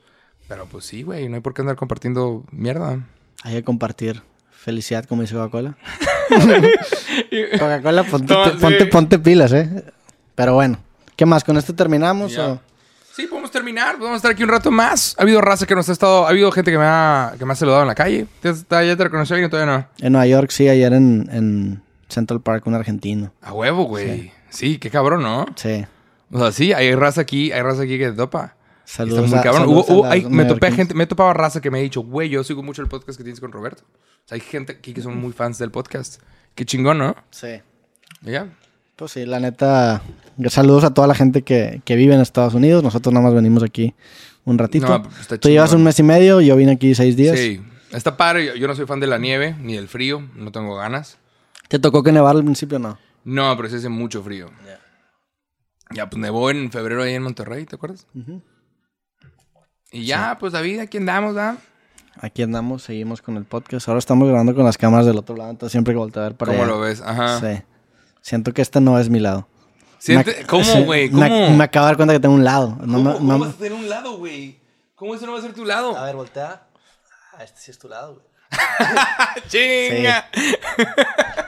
Speaker 2: Pero pues sí, güey, no hay por qué andar compartiendo mierda.
Speaker 1: Hay que compartir felicidad, como dice Coca-Cola. Coca-Cola, ponte,
Speaker 2: Toma, sí.
Speaker 1: ponte, ponte pilas, ¿eh? Pero bueno, ¿qué más? ¿Con esto terminamos?
Speaker 2: Ya.
Speaker 1: o?
Speaker 2: Sí, podemos terminar, podemos estar aquí un rato más. Ha habido raza que nos ha estado, ha habido gente que me ha, que me ha saludado en la calle. ¿Te has- ¿Ya te reconoció alguien o todavía no?
Speaker 1: En Nueva York, sí, ayer en, en, Central Park un argentino.
Speaker 2: A huevo, güey. Sí. qué cabrón, ¿no?
Speaker 1: Sí.
Speaker 2: O sea, sí, hay raza aquí, hay raza aquí que te topa. Está
Speaker 1: Saludos.
Speaker 2: muy
Speaker 1: a-
Speaker 2: cabrón.
Speaker 1: saludos
Speaker 2: Hubo-
Speaker 1: a
Speaker 2: hubo-
Speaker 1: las
Speaker 2: hay- me, topé a
Speaker 1: neoyorquinas.
Speaker 2: gente, me he topado a raza que me ha dicho, güey, yo sigo mucho el podcast que tienes con Roberto. O sea, hay gente aquí que son muy fans del podcast. Qué chingón, ¿no?
Speaker 1: Sí.
Speaker 2: Ya.
Speaker 1: Pues sí, la neta. Saludos a toda la gente que, que vive en Estados Unidos. Nosotros nada más venimos aquí un ratito.
Speaker 2: No, pues está
Speaker 1: Tú llevas
Speaker 2: chingón.
Speaker 1: un mes y medio, yo vine aquí seis días.
Speaker 2: Sí. Está padre. Yo, yo no soy fan de la nieve ni del frío. No tengo ganas.
Speaker 1: ¿Te tocó que nevar al principio o no?
Speaker 2: No, pero sí hace mucho frío. Ya, pues nevó en febrero ahí en Monterrey, ¿te acuerdas? Y ya, pues David, aquí andamos, ¿ah?
Speaker 1: Aquí andamos, seguimos con el podcast. Ahora estamos grabando con las cámaras del otro lado, entonces siempre que volteo a ver para
Speaker 2: ¿Cómo
Speaker 1: allá.
Speaker 2: lo ves? Ajá.
Speaker 1: Sí. Siento que este no es mi lado.
Speaker 2: Siente-
Speaker 1: Me ac-
Speaker 2: ¿Cómo, güey? ¿Cómo?
Speaker 1: Me, ac- me acabo de dar cuenta que tengo un lado. No
Speaker 2: ¿Cómo,
Speaker 1: me-
Speaker 2: cómo
Speaker 1: no me-
Speaker 2: vas a tener un lado, güey? ¿Cómo eso no va a ser tu lado?
Speaker 1: ver, voltea. Ah, este sí es tu lado, güey.
Speaker 2: ¡Chinga!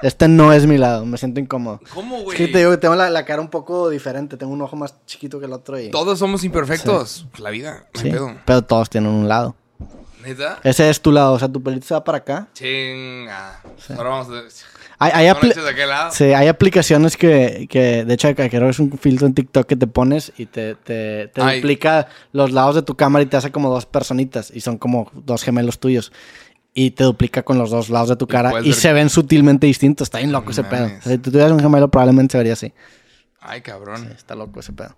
Speaker 1: Este no es mi lado, me siento incómodo.
Speaker 2: ¿Cómo,
Speaker 1: Es
Speaker 2: güey?
Speaker 1: que te digo que tengo la, la cara un poco diferente, tengo un ojo más chiquito que el otro y...
Speaker 2: Todos somos imperfectos. La vida, no hay
Speaker 1: Sí,
Speaker 2: pedo.
Speaker 1: pero todos tienen un lado.
Speaker 2: ¿Neta?
Speaker 1: Ese es tu lado, o sea, tu pelito se va para acá.
Speaker 2: ¡Chinga! Ahora vamos a...
Speaker 1: Hay, hay,
Speaker 2: ¿No le
Speaker 1: apli-
Speaker 2: echas de aquel lado?
Speaker 1: sí, hay aplicaciones que, que, de hecho, que creo que es un filtro en TikTok que te pones y te, te, te
Speaker 2: Ay.
Speaker 1: duplica los lados de tu cámara y te hace como dos personitas y son como dos gemelos tuyos. Y te duplica con los dos lados de tu cara
Speaker 2: puedes
Speaker 1: y
Speaker 2: ver-
Speaker 1: se ven sutilmente distintos. Está bien loco ese pedo.
Speaker 2: Mames. Mm.
Speaker 1: O sea, si tú tuvieras un gemelo, probablemente se vería así.
Speaker 2: Ay, cabrón.
Speaker 1: Sí, está loco ese pedo.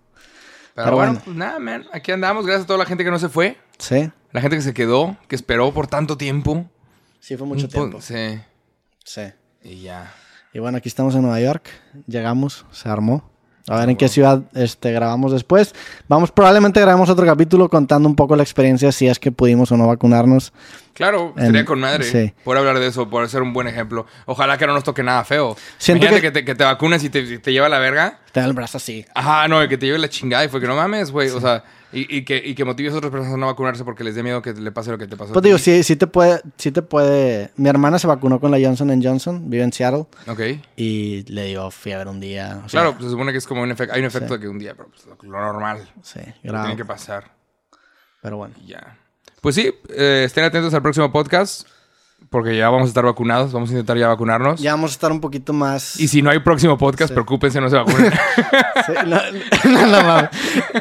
Speaker 2: Pero,
Speaker 1: pero
Speaker 2: bueno,
Speaker 1: bueno.
Speaker 2: pues nada, man. Aquí andamos. Gracias a toda la gente que no se fue.
Speaker 1: Sí,
Speaker 2: La gente que se quedó, que esperó por tanto tiempo.
Speaker 1: sí, fue mucho
Speaker 2: Un po-
Speaker 1: tiempo.
Speaker 2: Sí.
Speaker 1: Sí.
Speaker 2: Y ya.
Speaker 1: Y bueno, aquí estamos en Nueva York. Llegamos, se armó. A ver en qué ciudad este, grabamos después. Vamos, probablemente grabemos otro capítulo contando un poco la experiencia, si es que pudimos o no vacunarnos.
Speaker 2: Claro,
Speaker 1: En-
Speaker 2: sería con madre.
Speaker 1: sí.
Speaker 2: Por hablar de eso, por ser un buen ejemplo. Ojalá que no nos toque nada feo.
Speaker 1: Siento
Speaker 2: Imagínate que...
Speaker 1: que-
Speaker 2: te, que te vacunas y te, te lleva a la verga.
Speaker 1: Te da el brazo así.
Speaker 2: Ajá, no, que te lleve la chingada y fue que no mames, güey. O sea, y, y que, y que motives a otras personas a no vacunarse porque les dé miedo que le pase lo que te pasó. a
Speaker 1: Pues
Speaker 2: ti.
Speaker 1: digo, sí, sí te puede, sí te puede. Mi hermana se vacunó con la Johnson Johnson, vive en Seattle,
Speaker 2: Ok.
Speaker 1: y le digo, fui a ver un día. o sea,
Speaker 2: Claro, pues, se supone que es como un efecto. Hay un efecto de que un día, pero pues, lo, lo normal.
Speaker 1: Sí,
Speaker 2: Lo
Speaker 1: grabamos.
Speaker 2: Tiene que pasar.
Speaker 1: Pero bueno.
Speaker 2: Y Ya. Pues sí, eh, estén atentos al próximo podcast porque ya vamos a estar vacunados. Vamos a intentar ya vacunarnos.
Speaker 1: Ya vamos a estar un poquito más.
Speaker 2: Y si no hay próximo podcast, preocúpense, no se vacunen.
Speaker 1: Sí, no, no, no, mames.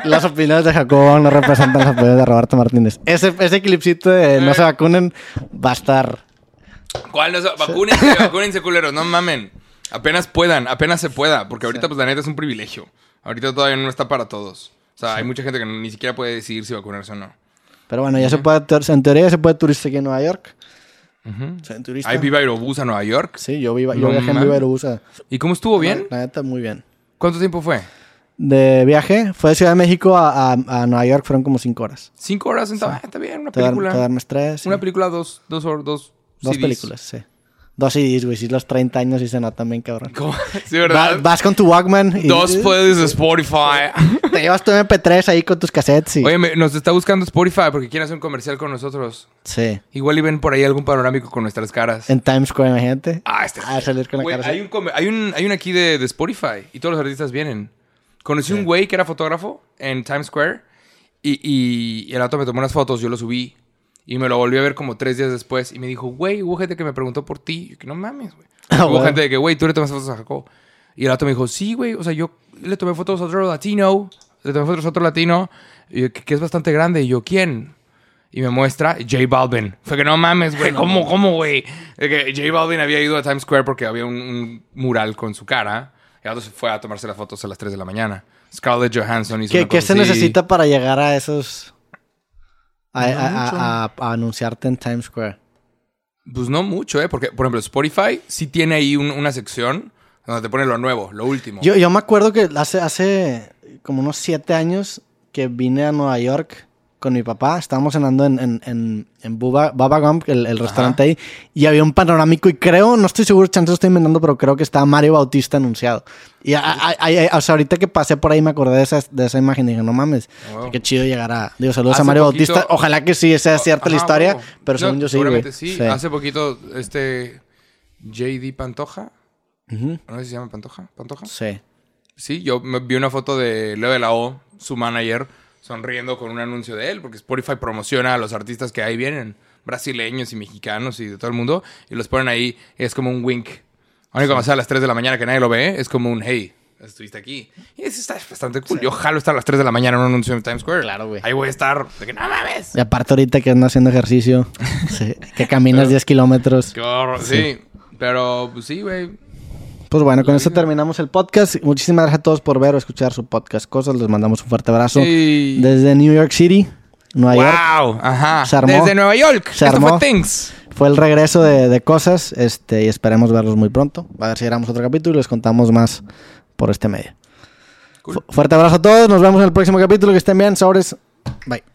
Speaker 1: las opiniones de Jacobo no representan las opiniones de Roberto Martínez. Ese, ese clipcito de
Speaker 2: Eh.
Speaker 1: no se vacunen va a estar.
Speaker 2: ¿Cuál? No se- Vacúnense, vacúnense, culeros, no mamen. Apenas puedan, apenas se pueda, porque ahorita, pues la neta es un privilegio. Ahorita todavía no está para todos. O sea, hay mucha gente que ni siquiera puede decidir si vacunarse o no.
Speaker 1: Pero bueno, ya se puede, tur- en teoría ya se puede turista aquí en Nueva York. O sea, en turista.
Speaker 2: Hay Viva Aerobús a Nueva York.
Speaker 1: Sí, yo, viva, yo
Speaker 2: No
Speaker 1: viajé en
Speaker 2: mames.
Speaker 1: Viva Aerobús. a-
Speaker 2: ¿Y cómo estuvo bien?
Speaker 1: La neta, muy bien.
Speaker 2: ¿Cuánto tiempo fue?
Speaker 1: De viaje, fue de Ciudad de México a, a- a Nueva York, fueron como cinco horas.
Speaker 2: ¿Cinco horas en Ah, está bien, una
Speaker 1: Te dar- te
Speaker 2: película.
Speaker 1: darme estrés. sí.
Speaker 2: Una película, dos, dos, hor- dos,
Speaker 1: Dos
Speaker 2: CDs.
Speaker 1: películas, sí. Dos CDs, güey. Si los 30 años y se notan bien, cabrón.
Speaker 2: ¿Cómo? Sí,
Speaker 1: Va-
Speaker 2: ¿verdad?
Speaker 1: vas con tu Walkman y
Speaker 2: Dos playlists de Spotify.
Speaker 1: te llevas tu MP3 ahí con tus cassettes y...
Speaker 2: Oye, me- nos está buscando Spotify porque quieren hacer un comercial con nosotros.
Speaker 1: Sí.
Speaker 2: Igual y ven por ahí algún panorámico con nuestras caras.
Speaker 1: En Times Square, imagínate.
Speaker 2: Ah, este es-
Speaker 1: Ah, salir con la
Speaker 2: Güey,
Speaker 1: cara así.
Speaker 2: hay, un come- hay, un, hay un aquí de, de Spotify y todos los artistas vienen. Conocí un güey que era fotógrafo en Times Square y, y- y el auto me tomó unas fotos, yo lo subí y me lo volví a ver como tres días después y me dijo, güey, hubo gente que me preguntó por ti. Yo que no mames, güey.
Speaker 1: Ah,
Speaker 2: hubo
Speaker 1: bueno.
Speaker 2: gente de que, güey, tú le tomaste fotos a Jacob. Y el auto me dijo, sí, güey, o sea, yo le tomé fotos a otro latino, le tomé fotos a otro latino y yo, que, que es bastante grande. Y yo, ¿quién? Y me muestra J Balvin. Fue que no mames, güey. ¿Cómo, cómo, güey? De que J Balvin había ido a Times Square porque había un, un mural con su cara. Y entonces fue a tomarse las fotos a las 3 de la mañana. Scarlett Johansson hizo
Speaker 1: ¿Qué,
Speaker 2: una
Speaker 1: qué
Speaker 2: cosa
Speaker 1: se
Speaker 2: así.
Speaker 1: necesita para llegar a esos... A,
Speaker 2: No
Speaker 1: a-
Speaker 2: mucho.
Speaker 1: a- a- a anunciarte en Times Square?
Speaker 2: Pues no mucho, ¿eh? Porque, por ejemplo, Spotify sí tiene ahí un- una sección donde te pone lo nuevo, lo último.
Speaker 1: Yo, yo me acuerdo que hace, hace como unos siete años que vine a Nueva York con mi papá. Estábamos cenando en, en, en, en Bubba, Baba Gump, el, el restaurante ahí. Y había un panorámico y creo, no estoy seguro, chances estoy inventando, pero creo que estaba Mario Bautista anunciado. Y a- a- a- a- o sea, ahorita que pasé por ahí me acordé de esa, de esa imagen y dije, no mames,
Speaker 2: Wow.
Speaker 1: qué chido llegar a... Digo, saludos
Speaker 2: Hace
Speaker 1: a Mario
Speaker 2: poquito- Oh,
Speaker 1: Bautista. Ojalá que sí sea cierta la
Speaker 2: Ajá,
Speaker 1: historia,
Speaker 2: huevo.
Speaker 1: pero
Speaker 2: No,
Speaker 1: según yo sí,
Speaker 2: seguramente
Speaker 1: güey.
Speaker 2: sí.
Speaker 1: Sí.
Speaker 2: Hace poquito, este. JD Pantoja. No sé si se llama Pantoja. Pantoja.
Speaker 1: Sí.
Speaker 2: Sí, yo me- vi una foto de Leo de la O, su manager, sonriendo con un anuncio de él, porque Spotify promociona a los artistas que ahí vienen, brasileños y mexicanos y de todo el mundo, y los ponen ahí, es como un wink. Ahora cuando sea a las 3 de la mañana que nadie lo ve, es como un hey, estuviste aquí. Y eso está bastante cool. Yo jalo estar a las 3 de la mañana en un anuncio en Times Square.
Speaker 1: Claro, güey.
Speaker 2: Ahí voy a estar. De que, no mames.
Speaker 1: Y aparte ahorita que ando haciendo ejercicio, sí, que caminas 10 kilómetros.
Speaker 2: Qué horror. Sí. Pero, pues sí, güey.
Speaker 1: Pues bueno, con esto terminamos el podcast. Muchísimas gracias a todos por ver o escuchar su podcast Cosas. Les mandamos un fuerte abrazo
Speaker 2: Sí.
Speaker 1: desde New York City, Nueva York.
Speaker 2: ¡Wow! Ajá.
Speaker 1: Se armó.
Speaker 2: Desde Nueva York.
Speaker 1: Se
Speaker 2: Esto
Speaker 1: armó.
Speaker 2: fue Things.
Speaker 1: Fue el regreso de, de Cosas este, y esperemos verlos muy pronto. A ver si grabamos otro capítulo y les contamos más por este medio.
Speaker 2: Cool.
Speaker 1: Fu- fuerte abrazo a todos. Nos vemos en el próximo capítulo. Que estén bien. Sobres. Bye.